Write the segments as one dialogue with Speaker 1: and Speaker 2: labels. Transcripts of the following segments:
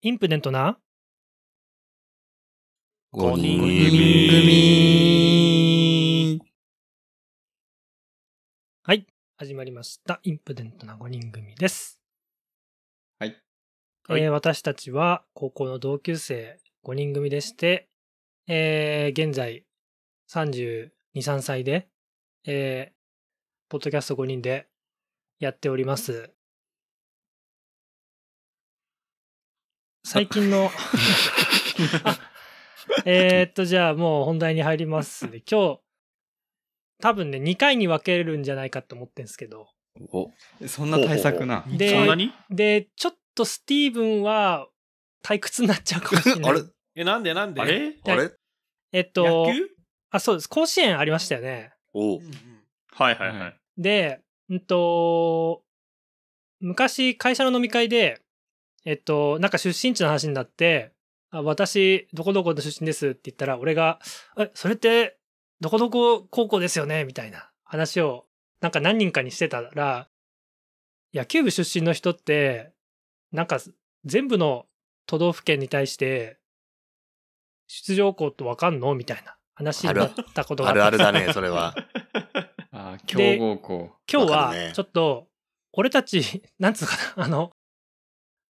Speaker 1: インプデントな
Speaker 2: 五人
Speaker 3: 五
Speaker 2: 組
Speaker 3: 組
Speaker 1: 始まりました。インプデントな5人組です。
Speaker 2: はい。
Speaker 1: えー
Speaker 2: はい
Speaker 1: 私たちは高校の同級生5人組でして、えー現在32、3歳で、えーポッドキャスト5人でやっております。最近 の、あえーっと、じゃあもう本題に入りますんで、今日、多分ね、2回に分けるんじゃないかと思ってんですけど、
Speaker 2: お
Speaker 3: そんな対策な。
Speaker 1: で
Speaker 4: そんなに
Speaker 1: で、ちょっとスティーブンは退屈になっちゃうかもしれない。
Speaker 2: あれ
Speaker 4: え、なんでなんで
Speaker 3: あれ
Speaker 2: あれ
Speaker 1: えっと
Speaker 4: 野、球
Speaker 1: あ、そうです。甲子園ありましたよね。
Speaker 2: お
Speaker 4: はいはいは
Speaker 3: はい
Speaker 4: い。
Speaker 1: で、うんと、昔会社の飲み会で、えっと、なんか出身地の話になって、あ私、どこどこの出身ですって言ったら、俺が、え、それって、どこどこ高校ですよねみたいな話を、なんか何人かにしてたら、野球部出身の人って、なんか全部の都道府県に対して、出場校ってわかんのみたいな話になったことが
Speaker 2: あ
Speaker 1: って
Speaker 2: るあるだね、 それは。
Speaker 3: あー、強豪校。
Speaker 1: 今日
Speaker 2: わかる
Speaker 1: は
Speaker 2: ね
Speaker 1: ちょっと、俺たち、 なんつうかな、あの、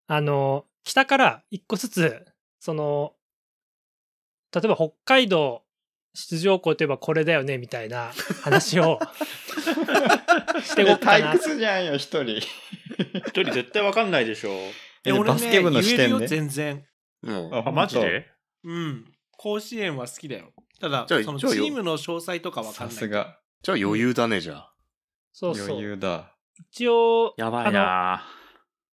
Speaker 1: あの、北から一個ずつ、その、例えば北海道出場校といえばこれだよね、みたいな話 をしていこうか
Speaker 3: 退
Speaker 1: な。
Speaker 3: 屈じゃんよ、一人。
Speaker 4: 一人絶対わかんないでしょ。
Speaker 3: えバスケ部の視点で
Speaker 4: 言えるよ全然。
Speaker 2: うん
Speaker 4: あ、マジで
Speaker 5: うん。甲子園は好きだよ。ただ、
Speaker 2: じゃあ
Speaker 5: そのチ
Speaker 2: じゃあよ
Speaker 5: ームの詳細とかわかん
Speaker 3: さ
Speaker 5: ない。
Speaker 3: すが。
Speaker 2: じゃあ余裕だね、じゃあ。
Speaker 1: そうそ
Speaker 3: 余
Speaker 1: う。
Speaker 3: 裕だ。
Speaker 1: 一応、
Speaker 4: やばいな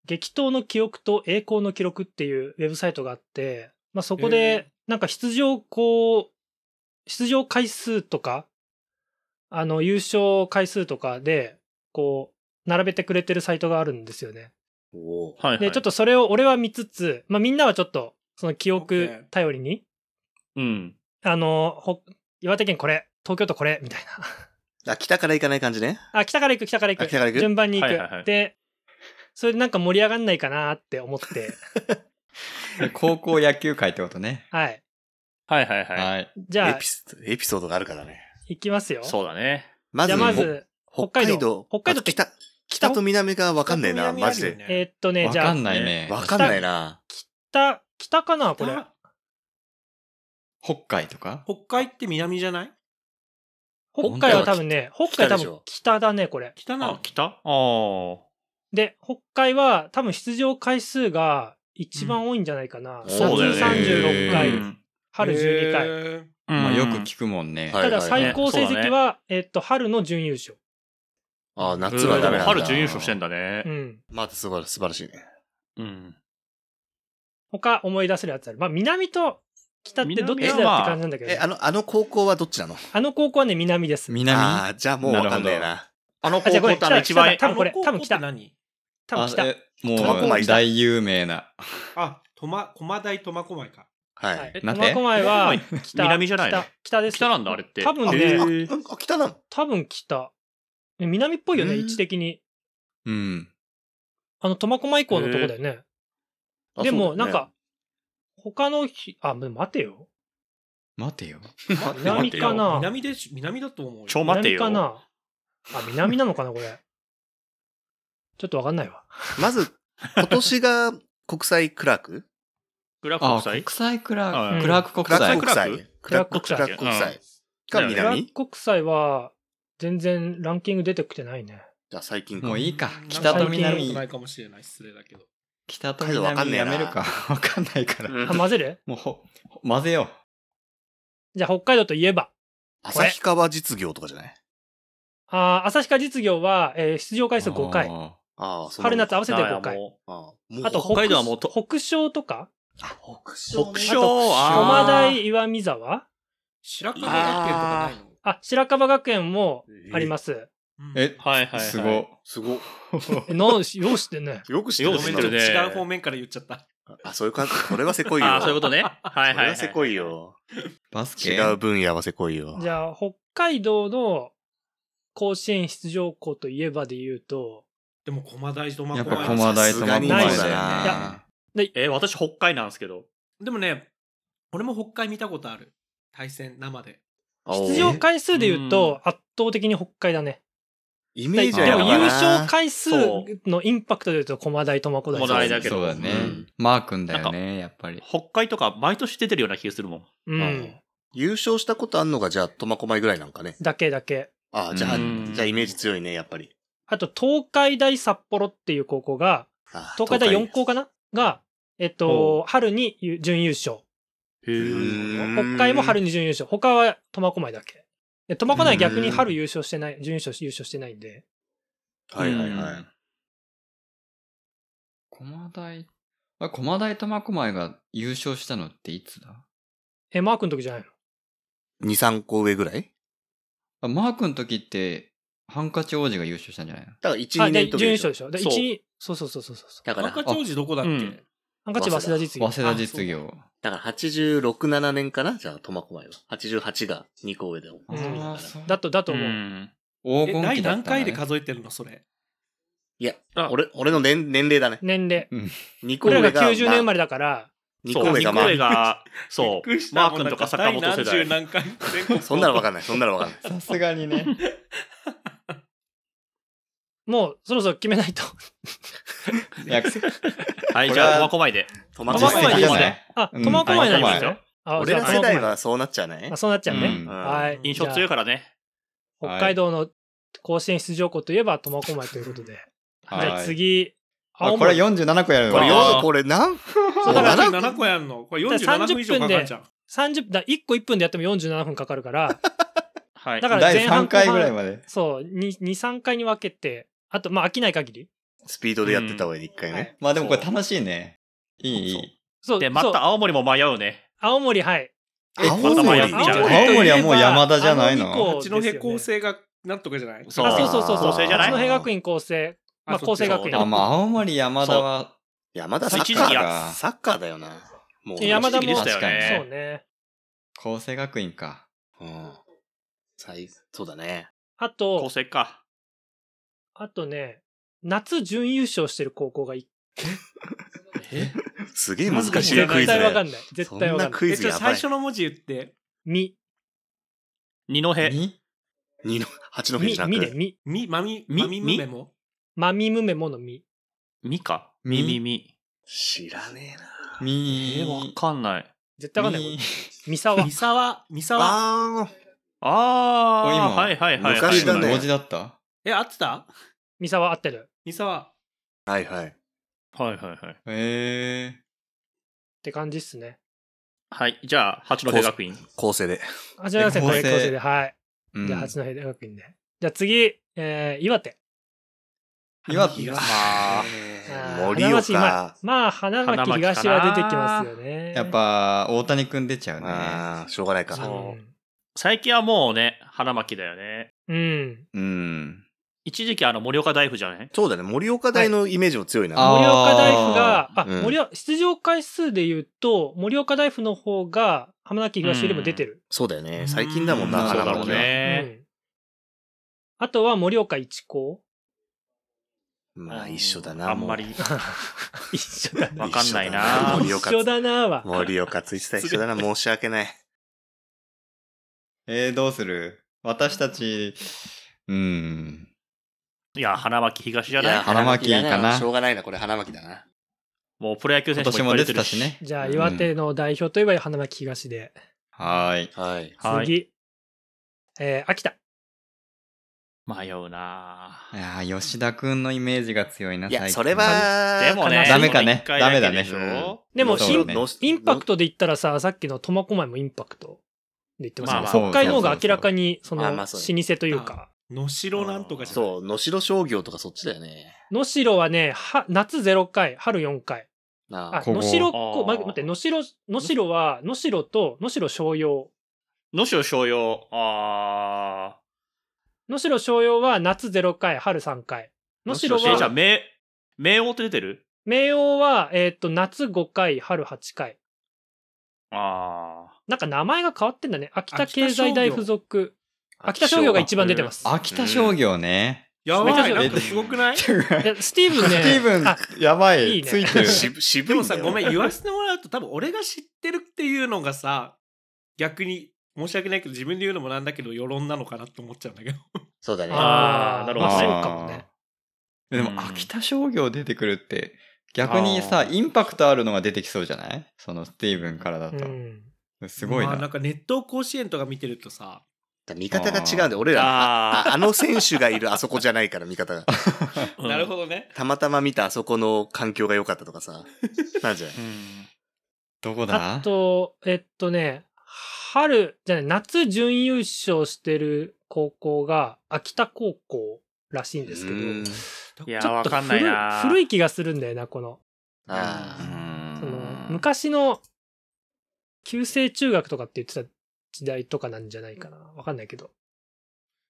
Speaker 1: 激闘の記憶と栄光の記録っていうウェブサイトがあって、まあ、そこで、なんか出場校、出場回数とか、あの、優勝回数とかで、こう、並べてくれてるサイトがあるんですよね。
Speaker 2: お
Speaker 4: はいはい。
Speaker 1: で、ちょっとそれを俺は見つつ、まあ、みんなはちょっと、その記
Speaker 5: オッケ
Speaker 1: 憶
Speaker 5: ー
Speaker 1: 頼りに、
Speaker 4: うん。
Speaker 1: あの、ほ岩手県これ、東京都これ、みたいな。
Speaker 2: あ、北から行かない感じね。
Speaker 1: あ、北から行く、北から行
Speaker 2: あ
Speaker 1: く。
Speaker 2: 北から行く
Speaker 1: 順番に行く。
Speaker 4: はいはいはい
Speaker 1: で、それでなんか盛り上がんないかなって思 って、
Speaker 3: 高校野球界ってことね。
Speaker 1: はい。
Speaker 4: はいはいはい。
Speaker 3: はい。
Speaker 1: じ
Speaker 2: エ
Speaker 1: ゃあ
Speaker 2: ピ、スエピソードがあるからね。
Speaker 1: 行きますよ。
Speaker 4: そうだね。
Speaker 2: ま
Speaker 1: じゃあまず、
Speaker 2: ほ
Speaker 1: 北
Speaker 2: 北
Speaker 1: 海道
Speaker 2: 海道。
Speaker 1: 北海道
Speaker 2: あ北、北と南がわかんねえな、マジで。
Speaker 1: えーっとね、
Speaker 3: わ
Speaker 1: じゃ
Speaker 3: か
Speaker 1: あ
Speaker 3: ん、ないね。
Speaker 2: わかんないな。
Speaker 1: 北、北かなこれ。
Speaker 3: 北海とか
Speaker 5: 北海って南じゃない
Speaker 1: 北海は多分ね、北海
Speaker 2: 北
Speaker 1: 多
Speaker 2: でしょ
Speaker 1: 分北だね、これ。
Speaker 5: 北な
Speaker 4: あ
Speaker 5: の、
Speaker 4: 来たああ。
Speaker 1: で、北海は多分出場回数が一番多いんじゃないかな。
Speaker 2: んそうだよね
Speaker 1: 夏36
Speaker 2: は
Speaker 1: 回
Speaker 2: いう、
Speaker 1: 春12
Speaker 5: へ
Speaker 1: 回。
Speaker 5: ー
Speaker 3: まあよく
Speaker 4: く。
Speaker 3: 聞くもんね。
Speaker 2: はい
Speaker 1: ただ最高成
Speaker 4: はいはい
Speaker 1: 績は、えーっと、春の準優勝。
Speaker 2: あ、夏
Speaker 4: う
Speaker 2: は
Speaker 4: ん
Speaker 2: ダメな
Speaker 4: で
Speaker 2: んだ。
Speaker 4: も春準優勝してんだね
Speaker 1: う。ん。
Speaker 2: まあ、すごい、素晴らしいね。
Speaker 4: うん。
Speaker 1: 他思い出せるやつある。まあ、南と北ってどっちだよって
Speaker 4: 南は
Speaker 1: 感じなんだけど
Speaker 2: え、
Speaker 1: ね、
Speaker 2: あの、あの高校はどっちなの
Speaker 1: あの高校はね、南です。
Speaker 3: 南
Speaker 2: ああ、じゃあもうわかんねえな。
Speaker 4: あの
Speaker 1: あ
Speaker 4: 高
Speaker 1: じゃあこ
Speaker 4: 校
Speaker 1: れ
Speaker 4: ってあの一番
Speaker 1: 北だ多分これ
Speaker 5: あの
Speaker 1: 多分北
Speaker 5: 高校って何
Speaker 1: 多分北。
Speaker 3: あ
Speaker 1: は
Speaker 3: えも
Speaker 2: 苫小牧
Speaker 3: う
Speaker 2: だ
Speaker 3: 大有名な。
Speaker 5: あ、苫小大苫小牧か。
Speaker 2: はい。
Speaker 1: い。え
Speaker 3: なん
Speaker 1: 苫
Speaker 3: て
Speaker 1: 小牧は
Speaker 4: え苫小牧
Speaker 1: 北。
Speaker 4: 南じゃないの
Speaker 1: 北北です。
Speaker 4: 北なんだあれって。
Speaker 1: 多分
Speaker 4: へ
Speaker 1: ね、
Speaker 4: ー
Speaker 2: あ、あ北なの
Speaker 1: 多分北。ね南っぽいよね、
Speaker 2: うん
Speaker 1: 位置的に。
Speaker 3: うん。
Speaker 1: あの、苫小牧港のとこだよね。
Speaker 2: あ
Speaker 1: でも、
Speaker 2: そうだ
Speaker 1: な
Speaker 2: よ
Speaker 1: ん
Speaker 2: ね
Speaker 1: か、他の日、あ、でも待てよ。
Speaker 3: 待てよ。
Speaker 1: 南か
Speaker 4: あ
Speaker 1: な
Speaker 5: 南でし、南だと思うよ。
Speaker 4: ちょ待て
Speaker 1: 南
Speaker 4: よ
Speaker 1: かなあ、南なのかな、これ。 ちょっとわかんないわ。
Speaker 2: まず、今年が国際クラーク
Speaker 4: グラフ
Speaker 3: あ
Speaker 4: 国
Speaker 3: ー、
Speaker 4: 際
Speaker 3: 国際ク
Speaker 4: う
Speaker 3: ラ
Speaker 4: ん
Speaker 3: ーク。クラーク国
Speaker 2: クラー
Speaker 3: 際
Speaker 2: ク。国際
Speaker 1: クラーク国際
Speaker 2: クラーク国際。
Speaker 4: ク
Speaker 2: が
Speaker 4: ラーク国
Speaker 1: ク
Speaker 4: 際
Speaker 1: ラー
Speaker 2: 南
Speaker 1: ク国際は、全然ランキング出てきてないね。
Speaker 2: じゃあ最近か
Speaker 3: もういいか。
Speaker 5: うん
Speaker 3: 北と
Speaker 5: なんか見たこと
Speaker 3: 南
Speaker 5: な。いかもしれない。失礼だけど。
Speaker 3: 北と
Speaker 2: 北海道わかん
Speaker 3: 南
Speaker 2: ね
Speaker 3: や
Speaker 2: え
Speaker 3: め
Speaker 2: な
Speaker 3: るか。わかんないから。
Speaker 2: うん
Speaker 1: あ、混ぜる
Speaker 3: もうほ、ほ混ぜよ
Speaker 1: じゃあ、北海道といえば。
Speaker 2: 旭川実業とかじゃない
Speaker 1: あー、旭川実業は、えー出場
Speaker 3: う。
Speaker 1: 回数5回。
Speaker 3: あ
Speaker 2: ああ、そんな
Speaker 1: 春
Speaker 2: もん
Speaker 1: 夏
Speaker 2: か
Speaker 1: 合わせて5回。
Speaker 2: ああもう
Speaker 1: あと、
Speaker 4: 北海道はもうと
Speaker 1: 北昇とか
Speaker 2: 北
Speaker 4: 北
Speaker 2: 北
Speaker 4: 勝
Speaker 1: 駒
Speaker 4: あー
Speaker 1: 大岩見沢
Speaker 5: 白樺学園とかないの
Speaker 1: あ、白樺学園もあります。
Speaker 5: うん
Speaker 3: え、
Speaker 4: はいはいはい
Speaker 3: すご。
Speaker 2: すごい。
Speaker 1: え、なんし、よう知ってんね。
Speaker 2: よく知ってる
Speaker 4: よく知ってるね
Speaker 5: 違う方面から言っちゃった。
Speaker 2: あ、そういう感じ。これはせこいよ。
Speaker 4: ああ、そういうことね。はいはい
Speaker 2: そ
Speaker 4: は
Speaker 2: れ
Speaker 4: い。
Speaker 2: はせこい。よ。
Speaker 3: バスケ
Speaker 2: 違う分野はせこいよ。
Speaker 1: じゃあ、北海道の甲子園出場校といえばで言うと、
Speaker 5: でも、駒大苫小
Speaker 3: やっ
Speaker 5: 牧。
Speaker 3: ぱ駒大と苫小牧
Speaker 2: さすがに
Speaker 3: だよ
Speaker 1: ないい
Speaker 3: ね
Speaker 1: や。
Speaker 4: えー私、北海なんですけど。
Speaker 5: でもね、俺も北海見たことある。対戦生で。
Speaker 1: 出場回数で言うと圧倒的に北海だね。
Speaker 2: イメージは
Speaker 1: で
Speaker 2: や
Speaker 1: も
Speaker 2: ば
Speaker 1: 優
Speaker 2: いな。
Speaker 1: 勝回数
Speaker 4: そ
Speaker 1: のインパクトで言うと駒大苫小
Speaker 4: この
Speaker 1: 大。
Speaker 4: 間だけど
Speaker 3: そうだね
Speaker 4: うん。
Speaker 3: マー君だよね、やっぱり。
Speaker 4: 北海とか毎年出てるような気がするもん。
Speaker 1: うん。
Speaker 2: 優勝したことあんのが、じゃあ、苫小牧ぐらいなんかね。
Speaker 1: だけだけ。
Speaker 2: ああ、じゃあ、
Speaker 4: うん
Speaker 2: じゃあイメージ強いね、やっぱり。
Speaker 1: あと、東海大札幌っていう高校が、
Speaker 2: ああ
Speaker 1: 東海大4校かなが、えっと、春に優準優勝。
Speaker 4: へ
Speaker 2: う
Speaker 4: ー
Speaker 2: ーん
Speaker 1: 北海も春に準優勝。他は苫小牧だけ。で苫小牧は逆に春優勝してない、準優勝し優勝してないんで。
Speaker 2: はいはいは
Speaker 4: う
Speaker 2: い
Speaker 4: ん。
Speaker 3: 駒大、あ、駒大苫小牧が優勝したのっていつだ
Speaker 1: え、マークの時じゃないの
Speaker 2: 2、3校上ぐらい
Speaker 3: あマー君の時って、ハンカチ王子が優勝したんじゃないの
Speaker 2: だから、1、
Speaker 1: あ、で、
Speaker 2: 2年
Speaker 1: 準
Speaker 2: と
Speaker 1: 優勝でしょ。で、
Speaker 4: そう
Speaker 1: 1位、そうそうそうそうそう。
Speaker 2: だから、
Speaker 5: 赤長寿どこだっけ、
Speaker 4: うん
Speaker 1: ハンカチ早稲田実業。
Speaker 3: 早稲田実業。
Speaker 2: だから86、7年かなじゃあ、苫小牧は。88が2校上でも。
Speaker 1: あそうだ
Speaker 3: あーそう
Speaker 1: だと、だと思う。
Speaker 4: ん
Speaker 3: 黄
Speaker 5: え、
Speaker 3: 金期
Speaker 5: 第何
Speaker 3: だったんだね
Speaker 5: 回で数えてるのそれ。
Speaker 2: いや、
Speaker 4: あ
Speaker 2: 俺、俺の年、年齢だね。
Speaker 1: 年齢。
Speaker 2: 2校
Speaker 1: 俺ら
Speaker 2: 上が。
Speaker 1: が90年生ま
Speaker 2: れ。
Speaker 1: れだから、
Speaker 2: 2
Speaker 4: そう
Speaker 2: 校上が、ま
Speaker 4: 二個上が、 そう
Speaker 5: びっくりし、た
Speaker 4: マー君とか坂本世
Speaker 5: 第
Speaker 4: 代。
Speaker 5: 何十何回全国
Speaker 2: あ、そんなのわかんない。そんなのわかんない。
Speaker 3: さすがにね。
Speaker 1: もうそろそろ決めないと。
Speaker 3: いや、
Speaker 4: はい、じゃあ、苫小牧で。
Speaker 2: 苫
Speaker 1: 小牧
Speaker 2: 小
Speaker 1: でいいで
Speaker 2: 牧ですす
Speaker 1: ね
Speaker 2: ね。
Speaker 1: あ、
Speaker 3: うん
Speaker 1: 苫小牧なんです
Speaker 4: 苫小
Speaker 1: よ
Speaker 4: 牧。
Speaker 1: あ
Speaker 2: 俺ら
Speaker 1: じゃあ
Speaker 2: 世代
Speaker 1: 苫
Speaker 2: はそうなっちゃうね
Speaker 1: 小牧あ、。そうなっちゃうね。
Speaker 3: うん
Speaker 1: はい。
Speaker 4: 印象強いからね。
Speaker 1: じゃあ北海道の甲子園出場校といえば苫小牧ということで。じゃあ
Speaker 3: はい。
Speaker 1: 次、
Speaker 3: あ、
Speaker 1: 青
Speaker 3: これ
Speaker 1: 森。
Speaker 3: 47個やる
Speaker 2: こ
Speaker 3: わ
Speaker 2: れ
Speaker 4: あー
Speaker 2: よ、これ何
Speaker 1: そうだから
Speaker 5: 47個やんのこれ
Speaker 1: だから
Speaker 5: 47分以上かかんじゃん。
Speaker 1: 30だ1個1分でやっても47分かかるから、
Speaker 4: はい。
Speaker 1: だから前
Speaker 3: 第
Speaker 1: 半
Speaker 3: 3
Speaker 1: 後半
Speaker 3: 回ぐらいまで。
Speaker 1: そう、2、3回に分けて、あと、まあ飽きない限り。
Speaker 2: スピードでやってた方がいいね、一回ね。
Speaker 3: まあでもこれ楽しいね。いい、い
Speaker 2: そう
Speaker 3: い。
Speaker 1: そう、
Speaker 4: で、ま
Speaker 1: そう
Speaker 4: た青森も迷うね。
Speaker 1: 青森、はい。
Speaker 2: 青
Speaker 4: またまやっ
Speaker 2: 森じ
Speaker 4: ちゃう
Speaker 2: ゃん。
Speaker 3: 青森はもう山田じゃないの
Speaker 1: こ
Speaker 5: 八戸構成がなんとかじゃない
Speaker 4: そう
Speaker 1: あ、そうそうそうそう。
Speaker 4: 構成じゃない
Speaker 1: 八戸学院構成。まあ、
Speaker 5: そ
Speaker 1: 構
Speaker 5: っち
Speaker 1: 成学院。
Speaker 3: あ、まあ青森山田は、
Speaker 2: 山田サ
Speaker 4: 一
Speaker 2: ッ
Speaker 4: 時
Speaker 2: カ
Speaker 4: 期
Speaker 2: ー
Speaker 4: や
Speaker 2: だ。サッカーだよな。もう。
Speaker 1: 山田
Speaker 4: 一時期
Speaker 1: も、
Speaker 4: で
Speaker 1: そ
Speaker 4: し
Speaker 1: う
Speaker 4: たよね。
Speaker 1: ね。
Speaker 3: 厚生学院か。
Speaker 2: うん。最、そうだね。
Speaker 1: あ
Speaker 4: 構
Speaker 1: と、
Speaker 4: 成か。
Speaker 1: あとね、夏準優勝してる高校がい
Speaker 2: すげえ難しい
Speaker 1: 絶
Speaker 2: クイズ
Speaker 1: 対わか
Speaker 2: ね。
Speaker 1: んない。絶
Speaker 2: そ
Speaker 1: 対
Speaker 2: ん
Speaker 1: わか
Speaker 2: なん
Speaker 1: ない。
Speaker 2: クイ
Speaker 5: え、
Speaker 2: ズ
Speaker 5: ちょ、
Speaker 2: やば
Speaker 5: 最
Speaker 2: い。
Speaker 5: 初の文字言って、
Speaker 1: み、
Speaker 4: 二戸。
Speaker 3: に
Speaker 2: 二の、八の
Speaker 1: み、
Speaker 2: じゃな
Speaker 1: みで、
Speaker 2: く。
Speaker 1: み。
Speaker 5: み、まみ、
Speaker 4: み
Speaker 5: まみむめも
Speaker 1: まみむめものみ。
Speaker 4: みか。
Speaker 3: み
Speaker 4: みみみ。
Speaker 2: 知らねえな。
Speaker 3: み
Speaker 4: えー、わかんない。
Speaker 1: 絶対わかんない。これ三
Speaker 3: み
Speaker 1: 沢
Speaker 5: 三。沢、三沢。
Speaker 2: あー、
Speaker 4: あー、
Speaker 3: 今
Speaker 4: はいはいはいはい。
Speaker 2: 昔だね
Speaker 3: 同時だった
Speaker 5: え、合ってた
Speaker 1: 三沢合ってる。っ
Speaker 5: 三沢。
Speaker 2: はいはい。
Speaker 4: はいはいはい。
Speaker 3: え
Speaker 1: て感じっすね。
Speaker 4: はい、じゃあ、八戸学院。
Speaker 2: 構成で。
Speaker 1: 八戸学院
Speaker 3: え
Speaker 1: こ
Speaker 3: 構
Speaker 1: れ
Speaker 3: 成
Speaker 1: 構成で、はい。
Speaker 3: えー。
Speaker 1: じゃあ、
Speaker 3: うん
Speaker 1: 八戸学院で。じゃあ次、えー、岩手。
Speaker 3: 岩手
Speaker 5: 手が
Speaker 4: まあ、
Speaker 1: あー花
Speaker 2: 盛
Speaker 1: 巻
Speaker 2: 岡。
Speaker 1: まあ、まあ、花巻東は出てきますよね。
Speaker 3: やっ、ぱ、大谷くん出ちゃうね。
Speaker 2: あー、しょうがない
Speaker 1: そ
Speaker 2: か。
Speaker 4: 最近はもうね、花巻だよね。
Speaker 1: う。うん。
Speaker 3: うん。
Speaker 4: 一時期、あの、盛岡大夫じゃない
Speaker 2: そうだね。盛岡大のイメージも強い
Speaker 3: あ
Speaker 2: な。
Speaker 1: 盛岡大
Speaker 3: ー
Speaker 1: 夫が、あ、
Speaker 2: うん
Speaker 1: 盛岡、出場回数で言うと、盛岡大夫の方が、浜崎東よりも出てる。
Speaker 2: そうだよね。最近だもんな、
Speaker 3: うん
Speaker 4: そう
Speaker 2: 花
Speaker 4: だろう
Speaker 2: 巻は。
Speaker 1: う
Speaker 4: ね。
Speaker 1: んあとは盛岡一高。
Speaker 2: まあ一緒だな。
Speaker 4: あんまり
Speaker 2: も、。
Speaker 1: 一緒だな。
Speaker 4: わかんないうな。
Speaker 2: 盛岡
Speaker 1: 一緒だなは。
Speaker 2: 盛岡ついてたら一緒だな。申し訳ない。
Speaker 3: えー、どうする私たち、うん。
Speaker 4: いや、花巻東じゃ
Speaker 2: いや
Speaker 4: ない
Speaker 3: 花巻
Speaker 2: だ
Speaker 3: かな
Speaker 2: しょうがないな、これ花巻だな。
Speaker 4: もうプロ野球
Speaker 3: 今
Speaker 4: 選手も
Speaker 3: 年
Speaker 4: い
Speaker 3: も出て
Speaker 4: っぱい出て
Speaker 3: た
Speaker 4: る
Speaker 3: し
Speaker 4: し
Speaker 3: ね。
Speaker 1: じゃあ、岩手の代表といえば花巻東で。
Speaker 3: はーい。
Speaker 2: はい。
Speaker 4: はい
Speaker 1: 次、えー、秋田。
Speaker 4: 迷うな。
Speaker 3: いやー吉田くんのイメージが強いな、
Speaker 2: いや、
Speaker 3: 最近
Speaker 2: それは、
Speaker 4: でもね、
Speaker 3: ダメかね
Speaker 4: 一回だけ
Speaker 3: ダメだね
Speaker 4: でし
Speaker 2: う
Speaker 4: ょ
Speaker 2: ん、
Speaker 1: でも
Speaker 3: そうね
Speaker 2: の
Speaker 1: インパクトで言ったらさ、さっきの苫小牧もインパクトで言ってますよね。
Speaker 4: まあ
Speaker 1: 北海の方が明らかに、その、
Speaker 2: あ
Speaker 1: 老
Speaker 2: まあ
Speaker 1: 舗
Speaker 2: そう
Speaker 1: というか。
Speaker 5: 野城なんとかじゃない
Speaker 2: そう、能代商業とかそっちだよね。
Speaker 1: 能代はね、は夏0回、春4回。
Speaker 2: な
Speaker 1: あ
Speaker 2: あ、
Speaker 3: こ
Speaker 1: 能代こ
Speaker 4: あー
Speaker 1: ま待って、能代、能代は、能代と、能代商用。
Speaker 4: 野手商用。あ
Speaker 1: 能代商用は夏0回、春3回。能代
Speaker 4: ー。え、じゃ
Speaker 1: は、
Speaker 4: あ、名、名王って出てる
Speaker 1: 明王は、えーっと、夏5回、春8回。
Speaker 4: ああ。
Speaker 1: なんか名前が変わってんだね。秋田
Speaker 5: 秋田商業
Speaker 1: 経済大附属。秋田商業が一番出てます。
Speaker 3: 秋田商業ね。
Speaker 5: やば
Speaker 1: め
Speaker 5: い、
Speaker 1: ちゃくちゃ
Speaker 5: なんかすごくな
Speaker 1: いや
Speaker 5: い
Speaker 1: スティーブンね。
Speaker 3: スティーブン
Speaker 1: あ、
Speaker 3: やばい
Speaker 1: いいね
Speaker 3: ついてる。
Speaker 2: 渋渋
Speaker 5: で
Speaker 2: い
Speaker 5: も
Speaker 2: んだ
Speaker 5: さ、
Speaker 2: よ。
Speaker 5: ごめん、言わせてもらうと、多分俺が知ってるっていうのがさ、逆に、申し訳ないけど、自分で言うのもなんだけど、世論なのかなって思っちゃうんだけど。
Speaker 2: そうだね。
Speaker 1: あーなるほどね
Speaker 4: あー
Speaker 1: そうかもね。
Speaker 3: でも、
Speaker 4: うん
Speaker 3: 秋田商業出てくるって、逆に
Speaker 4: あ
Speaker 3: さ、
Speaker 4: ー
Speaker 3: インパクトあるのが出てきそうじゃないそのスティーブンからだ
Speaker 1: う
Speaker 3: と。
Speaker 1: ん。
Speaker 3: すごい
Speaker 5: まあなん
Speaker 3: な。
Speaker 5: か、熱湯甲子園とか見てるとさ、
Speaker 2: 見方が違うんで、俺ら
Speaker 4: あ
Speaker 2: あ
Speaker 4: ー
Speaker 2: あ、あの選手がいるあそこじゃないから、見方が。
Speaker 5: なるほ
Speaker 4: ど。
Speaker 5: どね。
Speaker 2: たまたま見たあそこの環境が良かったとかさ。なんじゃない
Speaker 4: うん
Speaker 3: どこ
Speaker 1: あ
Speaker 3: だ
Speaker 1: と、えっとね、春、じゃない、夏準優勝してる高校が秋田高校らしいんですけど、
Speaker 2: うーん
Speaker 4: いや
Speaker 1: ちょっと
Speaker 4: わかんないな
Speaker 1: 古い古い気がするんだよな、この。
Speaker 2: あ
Speaker 3: う
Speaker 2: ー
Speaker 1: その
Speaker 3: ん
Speaker 1: 昔の旧制中学とかって言ってた時代とかなんじゃないかな。わかんないけど。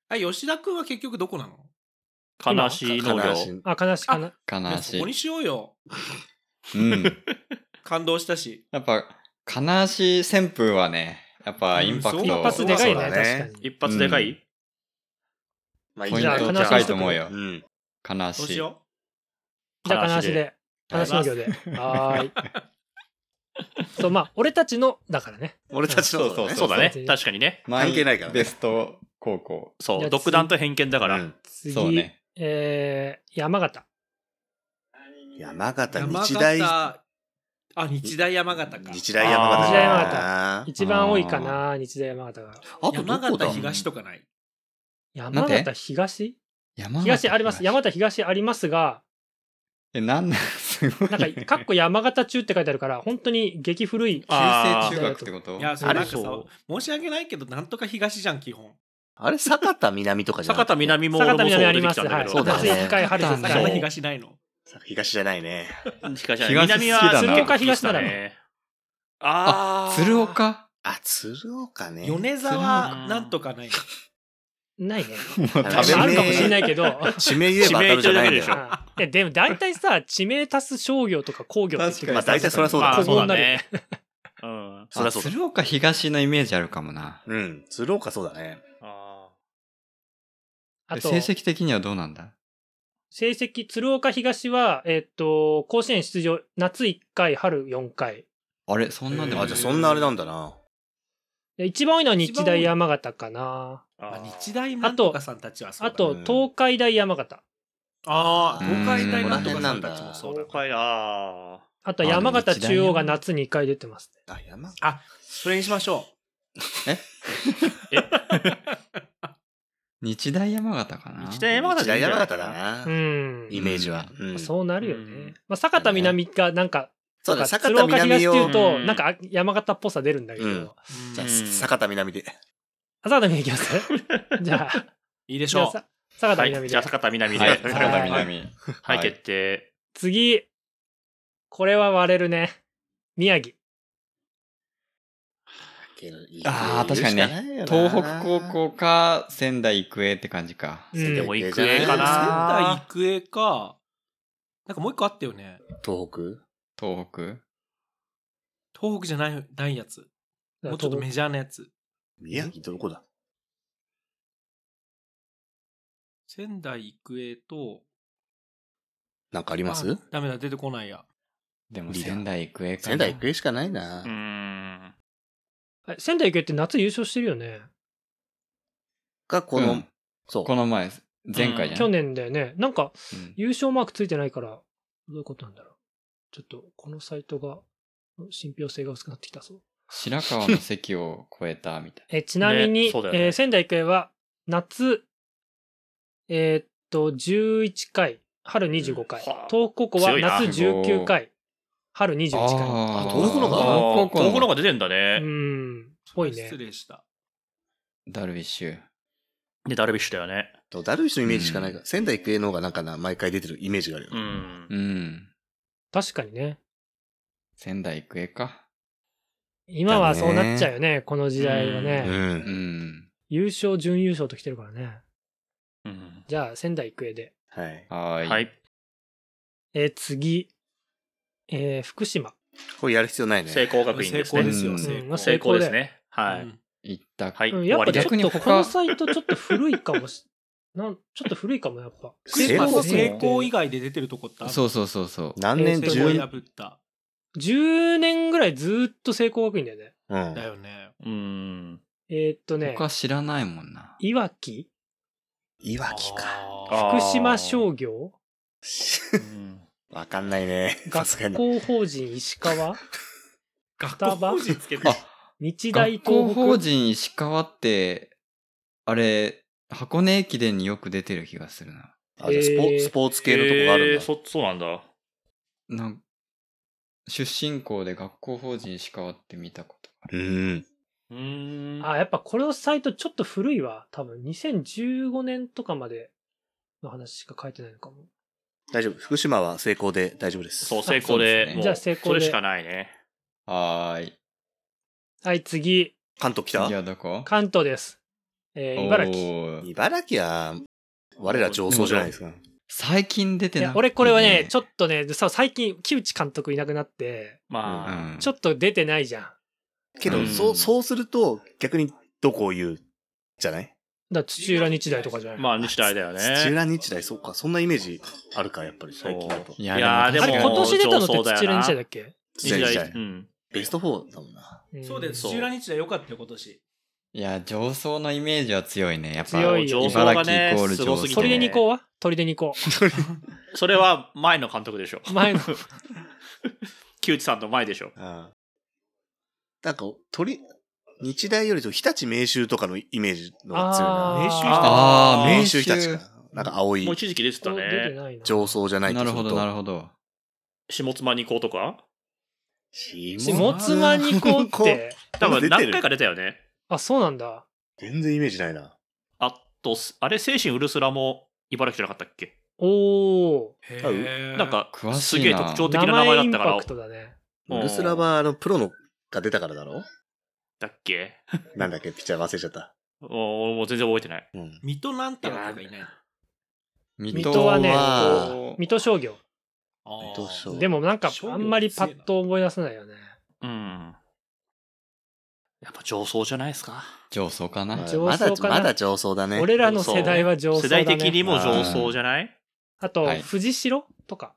Speaker 5: あ、吉田くんは結局どこなの
Speaker 4: 悲しい農業
Speaker 2: 悲。しい
Speaker 1: あ、悲しいかな。
Speaker 5: いや
Speaker 3: 悲
Speaker 5: そ
Speaker 3: しい
Speaker 5: こに。しようよ。
Speaker 3: うん。
Speaker 5: 感動したし。
Speaker 3: やっぱ、悲しい旋風はね、やっぱインパク
Speaker 5: あ
Speaker 3: ト、
Speaker 5: そう
Speaker 1: 一発でかいね、
Speaker 2: そう
Speaker 1: 確
Speaker 2: だね
Speaker 1: かに。
Speaker 4: 一発でかい
Speaker 2: まあいい
Speaker 3: ポイン
Speaker 2: んじゃない
Speaker 1: じ
Speaker 3: ト
Speaker 1: ゃあ
Speaker 3: 高いと思うよ
Speaker 2: う。ん。
Speaker 3: 悲
Speaker 5: どう
Speaker 3: し
Speaker 5: し
Speaker 3: い。
Speaker 5: よ
Speaker 1: じゃあ、悲しいで。
Speaker 3: はい
Speaker 1: 悲し農業で。は ーい。そう、まあ、俺たちの、だからね。
Speaker 2: 俺たちの
Speaker 3: そうそう
Speaker 4: そうだね
Speaker 1: そう。
Speaker 4: 確かにね。
Speaker 3: マイ
Speaker 2: 関係ないからね
Speaker 3: ベスト高校。
Speaker 1: い
Speaker 4: そ
Speaker 1: や
Speaker 4: う。独断と偏見だから。
Speaker 2: うん
Speaker 1: 次、
Speaker 3: そうね。
Speaker 1: えー、山形。
Speaker 2: 山
Speaker 5: う。
Speaker 2: 形、
Speaker 5: 山
Speaker 2: 日大、
Speaker 5: 形。あ、日大山形か。
Speaker 2: 日大山形。
Speaker 1: 日大山
Speaker 2: あー
Speaker 1: 一番多いかな、日大山形が。
Speaker 2: あとど
Speaker 5: 山
Speaker 2: こだ
Speaker 5: 形東とかない。
Speaker 1: 山
Speaker 3: なん
Speaker 1: 形
Speaker 3: て
Speaker 1: 東
Speaker 3: 山
Speaker 1: 東あります。山形東ありますが、
Speaker 3: え、なんだ、すごい、ね。
Speaker 1: なん か、かっこ山形中って書いてあるから、本当に激古い。
Speaker 4: あー
Speaker 3: 旧制中学ってこと
Speaker 5: いや、そ
Speaker 2: あ
Speaker 5: う
Speaker 2: れ
Speaker 5: なんかさ
Speaker 4: そう、
Speaker 5: 申し訳ないけど、なんとか東じゃん、基本。
Speaker 2: あれ、坂田南とかじゃな
Speaker 4: 坂田
Speaker 2: 南。
Speaker 4: 南も俺
Speaker 1: 坂田
Speaker 4: もそう
Speaker 1: 南あり
Speaker 4: 出て
Speaker 1: ま
Speaker 4: き
Speaker 1: す。
Speaker 4: たん
Speaker 1: は
Speaker 4: だ
Speaker 1: い。
Speaker 4: け
Speaker 2: そうだ
Speaker 4: ど。
Speaker 2: ね
Speaker 1: 夏一回、春一
Speaker 3: そう
Speaker 5: あんま
Speaker 1: 回。
Speaker 5: 東ないの。
Speaker 2: 東じゃないね。
Speaker 4: 東
Speaker 3: 東
Speaker 4: 南
Speaker 3: 好き
Speaker 4: は
Speaker 3: だな
Speaker 4: 結構来て
Speaker 1: 東な
Speaker 4: た
Speaker 1: ら
Speaker 4: ね。ああ。
Speaker 3: 鶴。岡
Speaker 2: あ、鶴岡ね。
Speaker 5: 米沢なんとかないの。
Speaker 1: ないね。
Speaker 3: もう食べ
Speaker 1: あ
Speaker 2: 食べ
Speaker 1: あ
Speaker 2: れ
Speaker 1: るか
Speaker 2: ね
Speaker 1: もしれないけど。うん
Speaker 2: 地名言えば当たるじゃないんだ
Speaker 4: 地名言っちゃうだ
Speaker 2: よ。
Speaker 4: けでしょ
Speaker 1: いや、でも大体さ、地名足す商業とか工業って言ってくる
Speaker 2: まあ大体そりゃそうだ
Speaker 4: あ
Speaker 1: こ
Speaker 4: あ、
Speaker 1: こ
Speaker 4: そう
Speaker 1: に
Speaker 4: だ
Speaker 1: なるよね
Speaker 4: ね。うん。
Speaker 2: そりゃそうだ。
Speaker 3: 鶴岡東のイメージあるかもな。
Speaker 2: うん。鶴岡そうだね。
Speaker 4: あ
Speaker 1: あ
Speaker 3: え
Speaker 1: と、
Speaker 3: 成績的にはどうなんだ
Speaker 1: 成績、鶴岡東は、えっと、甲子園出場、夏1回、春4回。
Speaker 3: あれそんなんでも
Speaker 2: あ、じゃあそんなあれなんだな。
Speaker 1: で一番多いのは日大山形かな。
Speaker 4: ーあ
Speaker 5: まあ
Speaker 4: ー。
Speaker 5: 日大なんとかさんたちはそう
Speaker 1: あ
Speaker 5: だね
Speaker 1: と、東海大山形。
Speaker 5: ああ、
Speaker 3: うん
Speaker 5: 東海大なんとかさんたちもそうだ
Speaker 4: 東
Speaker 5: ね。
Speaker 4: 海、ああ。
Speaker 1: あとは山
Speaker 3: あ
Speaker 1: 形
Speaker 3: でも日大
Speaker 1: 中央が
Speaker 3: 山
Speaker 1: 夏2回出てますね。
Speaker 2: あ、山形。
Speaker 5: あ、それにしましょ
Speaker 3: 日大山形かな
Speaker 4: 日大山形
Speaker 2: 日
Speaker 4: でいい
Speaker 2: 大
Speaker 4: んじゃ
Speaker 2: 山
Speaker 4: ない
Speaker 2: 形だな
Speaker 1: う。ん。
Speaker 2: イメージは。うん
Speaker 1: そうなるよね。
Speaker 4: うん
Speaker 1: まあ、坂田南がなんか、
Speaker 2: そう
Speaker 1: な
Speaker 2: だ、
Speaker 1: んか
Speaker 2: 坂田南
Speaker 1: 鶴岡東
Speaker 2: を
Speaker 1: って、いう
Speaker 4: う
Speaker 1: と、
Speaker 4: ん
Speaker 1: なんか山形っぽさ出るんだけど。
Speaker 2: うん
Speaker 5: う。
Speaker 2: じゃあ
Speaker 4: うん
Speaker 2: 坂田南で。
Speaker 1: あ坂田南いきます じゃあ、
Speaker 5: いいでし
Speaker 1: じゃあ
Speaker 5: ょ
Speaker 1: さ坂田
Speaker 4: はい。
Speaker 1: 南
Speaker 4: じ
Speaker 1: で。
Speaker 4: ゃあ、坂田南で。
Speaker 3: はい
Speaker 4: はい
Speaker 3: 坂田南。
Speaker 4: はい、決定。
Speaker 1: 次。これは割れるね。宮城。
Speaker 3: あー確かに
Speaker 2: ね
Speaker 3: 東北高校か仙台育英って感じか。
Speaker 1: うん
Speaker 4: でも育英
Speaker 5: う。
Speaker 4: か
Speaker 5: 仙
Speaker 4: な。
Speaker 5: 台育英か。なんかもう一個あったよね。
Speaker 2: 東北
Speaker 3: 東北
Speaker 5: 東北じゃない、ないやつ。もうちょっとメジャーなやつ。
Speaker 2: 宮城どこだ
Speaker 5: 仙台育英と、
Speaker 2: なんかあります
Speaker 5: あダメだ、出てこないや。
Speaker 3: でも
Speaker 2: リーダー
Speaker 3: 仙台育英かな。
Speaker 2: 仙台育英しかないな
Speaker 4: うー。ん。
Speaker 1: え仙台育英って夏優勝してるよね。
Speaker 2: が、こ
Speaker 3: う
Speaker 2: の
Speaker 3: ん、
Speaker 2: そう。
Speaker 3: この前、前回じゃん。
Speaker 1: 去年だよね。なんか、
Speaker 3: うん
Speaker 1: 優勝マークついてないから、どういうことなんだろう。ちょっと、このサイトが、信憑性が薄くなってきたぞ。
Speaker 3: 白川の席を超えたみたい
Speaker 1: えちなみに、
Speaker 4: ねそうだよね
Speaker 1: えー仙台育英は、夏、えーっと、11回、春25回。
Speaker 4: はあ
Speaker 1: 東北高校は
Speaker 4: 強いな
Speaker 1: 夏19回、春21
Speaker 3: な。
Speaker 1: 回。
Speaker 3: あー
Speaker 2: あ東北の
Speaker 4: あ
Speaker 2: が
Speaker 4: ー東北の方
Speaker 3: が
Speaker 4: が出てんだね
Speaker 1: う。ん、ぽいね
Speaker 5: 失。礼した。
Speaker 3: ダルビッシュ。
Speaker 4: で、ダルビッシュだよね。
Speaker 2: とダルビッシュのイメージしかないから、仙台育英の方がなんかな、毎回出てるイメージがあるよ
Speaker 4: う
Speaker 2: ね。
Speaker 4: ん
Speaker 3: う。ん。
Speaker 1: 確かにね。
Speaker 3: 仙台育英か。
Speaker 1: 今はそうなっちゃうよね、この時代はね。
Speaker 4: う
Speaker 2: う。
Speaker 3: うんん。
Speaker 1: 優勝、準優勝と来てるからね。
Speaker 4: うん
Speaker 1: じゃあ、仙台育英で。
Speaker 2: はい。
Speaker 3: はーい。
Speaker 4: はい。
Speaker 1: えー次、えー福島。
Speaker 2: これやる必要ないね。
Speaker 4: 聖光学院
Speaker 5: 成
Speaker 4: です
Speaker 5: 功
Speaker 4: ね
Speaker 5: で。す
Speaker 3: う
Speaker 5: よ、
Speaker 3: ん
Speaker 5: 成
Speaker 1: まあ
Speaker 5: 功。
Speaker 4: 成功ですね。
Speaker 5: う
Speaker 4: はい。
Speaker 5: ん
Speaker 3: 行った。
Speaker 4: はい。
Speaker 1: うん、
Speaker 4: 終
Speaker 1: やっ
Speaker 4: わ
Speaker 1: ぱち
Speaker 4: りで
Speaker 1: ょ
Speaker 4: す
Speaker 1: っ
Speaker 3: 逆に
Speaker 1: と、
Speaker 3: 他
Speaker 1: このサイトちょっと古いかもし なんちょっと古いかも、やっぱ。
Speaker 5: クリスマ
Speaker 1: 成
Speaker 5: ス成
Speaker 1: 功
Speaker 5: 功以外で出てるとこってある
Speaker 3: そうそうそうそう。
Speaker 2: 何年
Speaker 5: 成功
Speaker 2: 中
Speaker 5: を破った。
Speaker 1: 10年ぐらいずーっと成功学院だよね。
Speaker 2: うん
Speaker 5: だ。よね。
Speaker 4: うん。
Speaker 1: えーっとね、
Speaker 3: 僕は知らないもんな。
Speaker 1: いわき
Speaker 2: いわきか。
Speaker 4: あ
Speaker 5: か。
Speaker 4: ー
Speaker 1: 福島商業
Speaker 4: うん
Speaker 2: わかんないね。さすが
Speaker 1: 学校
Speaker 2: に。
Speaker 1: 法人石川
Speaker 5: 学校法人つけて
Speaker 3: あ。
Speaker 1: 日大
Speaker 3: 学
Speaker 1: 東北
Speaker 3: 校法人石川って、あれ、箱根駅伝によく出てる気がするな。
Speaker 2: あ、じゃあスポ
Speaker 1: えー
Speaker 2: スポーツ系のとこがある
Speaker 4: へ
Speaker 2: ん
Speaker 4: ー
Speaker 2: だ。
Speaker 4: そ、そうなんだ。
Speaker 3: なん出身校で学校法人石川って見たことがある。
Speaker 2: うん。
Speaker 4: うーん。
Speaker 1: あ、やっぱこのサイトちょっと古いわ。多分2015年とかまでの話しか書いてないのかも。
Speaker 2: 大丈夫。福島は成功で大丈夫です。
Speaker 4: そう、成
Speaker 3: そ
Speaker 4: 功で。
Speaker 3: うですね
Speaker 4: もう
Speaker 1: じゃあ成功で
Speaker 4: それしかないね。
Speaker 3: はーい。
Speaker 1: はい、次、
Speaker 2: 関東来
Speaker 3: 次
Speaker 2: た
Speaker 3: はどこ
Speaker 1: 関東です。えー、茨城。
Speaker 3: おー
Speaker 2: 茨城は、我ら上層じゃないですか。
Speaker 3: 最近出て
Speaker 1: い
Speaker 3: な
Speaker 1: や
Speaker 3: い。
Speaker 1: 俺これはね、ちょっとね、さ最近、木内監督いなくなって、
Speaker 2: と
Speaker 4: まあ、
Speaker 3: うん
Speaker 1: ちょっと出てないじゃん。だか
Speaker 2: け
Speaker 4: う
Speaker 2: ど、
Speaker 4: ん
Speaker 2: そう、そうすると、逆にどこを言う、じゃない
Speaker 1: ら土浦日大とかじゃない。
Speaker 4: まあ、日大だよね。
Speaker 2: 土浦日大、そうか。そんなイメージあるか、やっぱり最近だと
Speaker 3: そう。い
Speaker 4: い
Speaker 3: や
Speaker 4: やー
Speaker 3: で
Speaker 4: で
Speaker 3: も
Speaker 1: あ
Speaker 4: も、
Speaker 1: れ、今年出たのって
Speaker 4: 上層
Speaker 1: 土
Speaker 4: よ
Speaker 1: 浦
Speaker 4: な
Speaker 1: 日大だっけ
Speaker 4: 日
Speaker 2: 時
Speaker 4: 大
Speaker 2: 代。
Speaker 4: うん。
Speaker 2: ベスト4だも んな。
Speaker 5: そうだよ。
Speaker 1: ん
Speaker 5: 土浦日大良かったよ、今年。
Speaker 3: いや、上層のイメージは強いね。やっぱ、
Speaker 1: 強いよ
Speaker 3: 茨
Speaker 1: 上
Speaker 3: 城
Speaker 1: 層
Speaker 3: イ
Speaker 4: がね
Speaker 3: コール上
Speaker 4: すごすぎ
Speaker 3: 層。
Speaker 4: て
Speaker 1: 鳥
Speaker 4: ね
Speaker 1: で二校は鳥で二校。
Speaker 4: それは前の監督でしょ。
Speaker 1: 前の。
Speaker 4: 木内さんの前でしょ。
Speaker 2: ああなんか、鳥、日大よりと日立明秀とかのイメージの方が強い
Speaker 1: あ
Speaker 2: な。
Speaker 5: 練習
Speaker 3: あー
Speaker 2: 明
Speaker 3: 明
Speaker 2: 秀
Speaker 3: 秀
Speaker 2: 日立か。なんか青い
Speaker 4: もう一時期出てた
Speaker 1: 出て
Speaker 4: ね。
Speaker 1: ないな。
Speaker 2: 上層じゃない
Speaker 3: なるほど、なる
Speaker 2: ほど。
Speaker 3: ほど。
Speaker 4: 下妻二校とか
Speaker 1: し
Speaker 2: 下
Speaker 1: もつま二校って、
Speaker 4: 多分
Speaker 2: 出て
Speaker 4: 何
Speaker 2: る
Speaker 4: 回か出たよね。
Speaker 1: あ、そうなんだ。
Speaker 2: 全然イメージないな。
Speaker 4: あと、すあれ、精神ウルスラも茨城じゃなかったっけ
Speaker 1: おお。
Speaker 5: へー
Speaker 4: なん、か
Speaker 3: 詳しい、な
Speaker 4: すげえ特徴的
Speaker 1: 名
Speaker 4: な名前
Speaker 1: 前
Speaker 4: だ
Speaker 1: イ
Speaker 4: っ
Speaker 1: ン
Speaker 4: たか
Speaker 1: パ
Speaker 4: ら
Speaker 1: ク。トだね。
Speaker 4: うん
Speaker 2: ウルスラは、あの、プロのが出たからだろ
Speaker 4: だっけ
Speaker 2: なんだっけピッチャー忘れちゃった。
Speaker 4: お俺もう全然覚えてない。
Speaker 2: うん。
Speaker 5: 水戸なんたらとかいないの
Speaker 3: 水
Speaker 1: 水
Speaker 3: 戸
Speaker 1: 戸はね
Speaker 3: は、
Speaker 1: 水戸商業。
Speaker 5: あー
Speaker 2: どうしよう
Speaker 1: でもなんか、
Speaker 5: 商業
Speaker 1: あんまりパッと思い出せないよね。
Speaker 4: うん。やっぱ上層じゃないですか。
Speaker 3: 上層か
Speaker 2: ま
Speaker 3: な
Speaker 2: あ。
Speaker 1: 上
Speaker 2: まだ
Speaker 1: 層、かな
Speaker 2: まだ上層だね。
Speaker 1: 俺らの世代は上層
Speaker 4: 世
Speaker 1: だね。
Speaker 4: 代的にも上層じゃない
Speaker 1: あと、
Speaker 3: はい
Speaker 1: 藤代とか。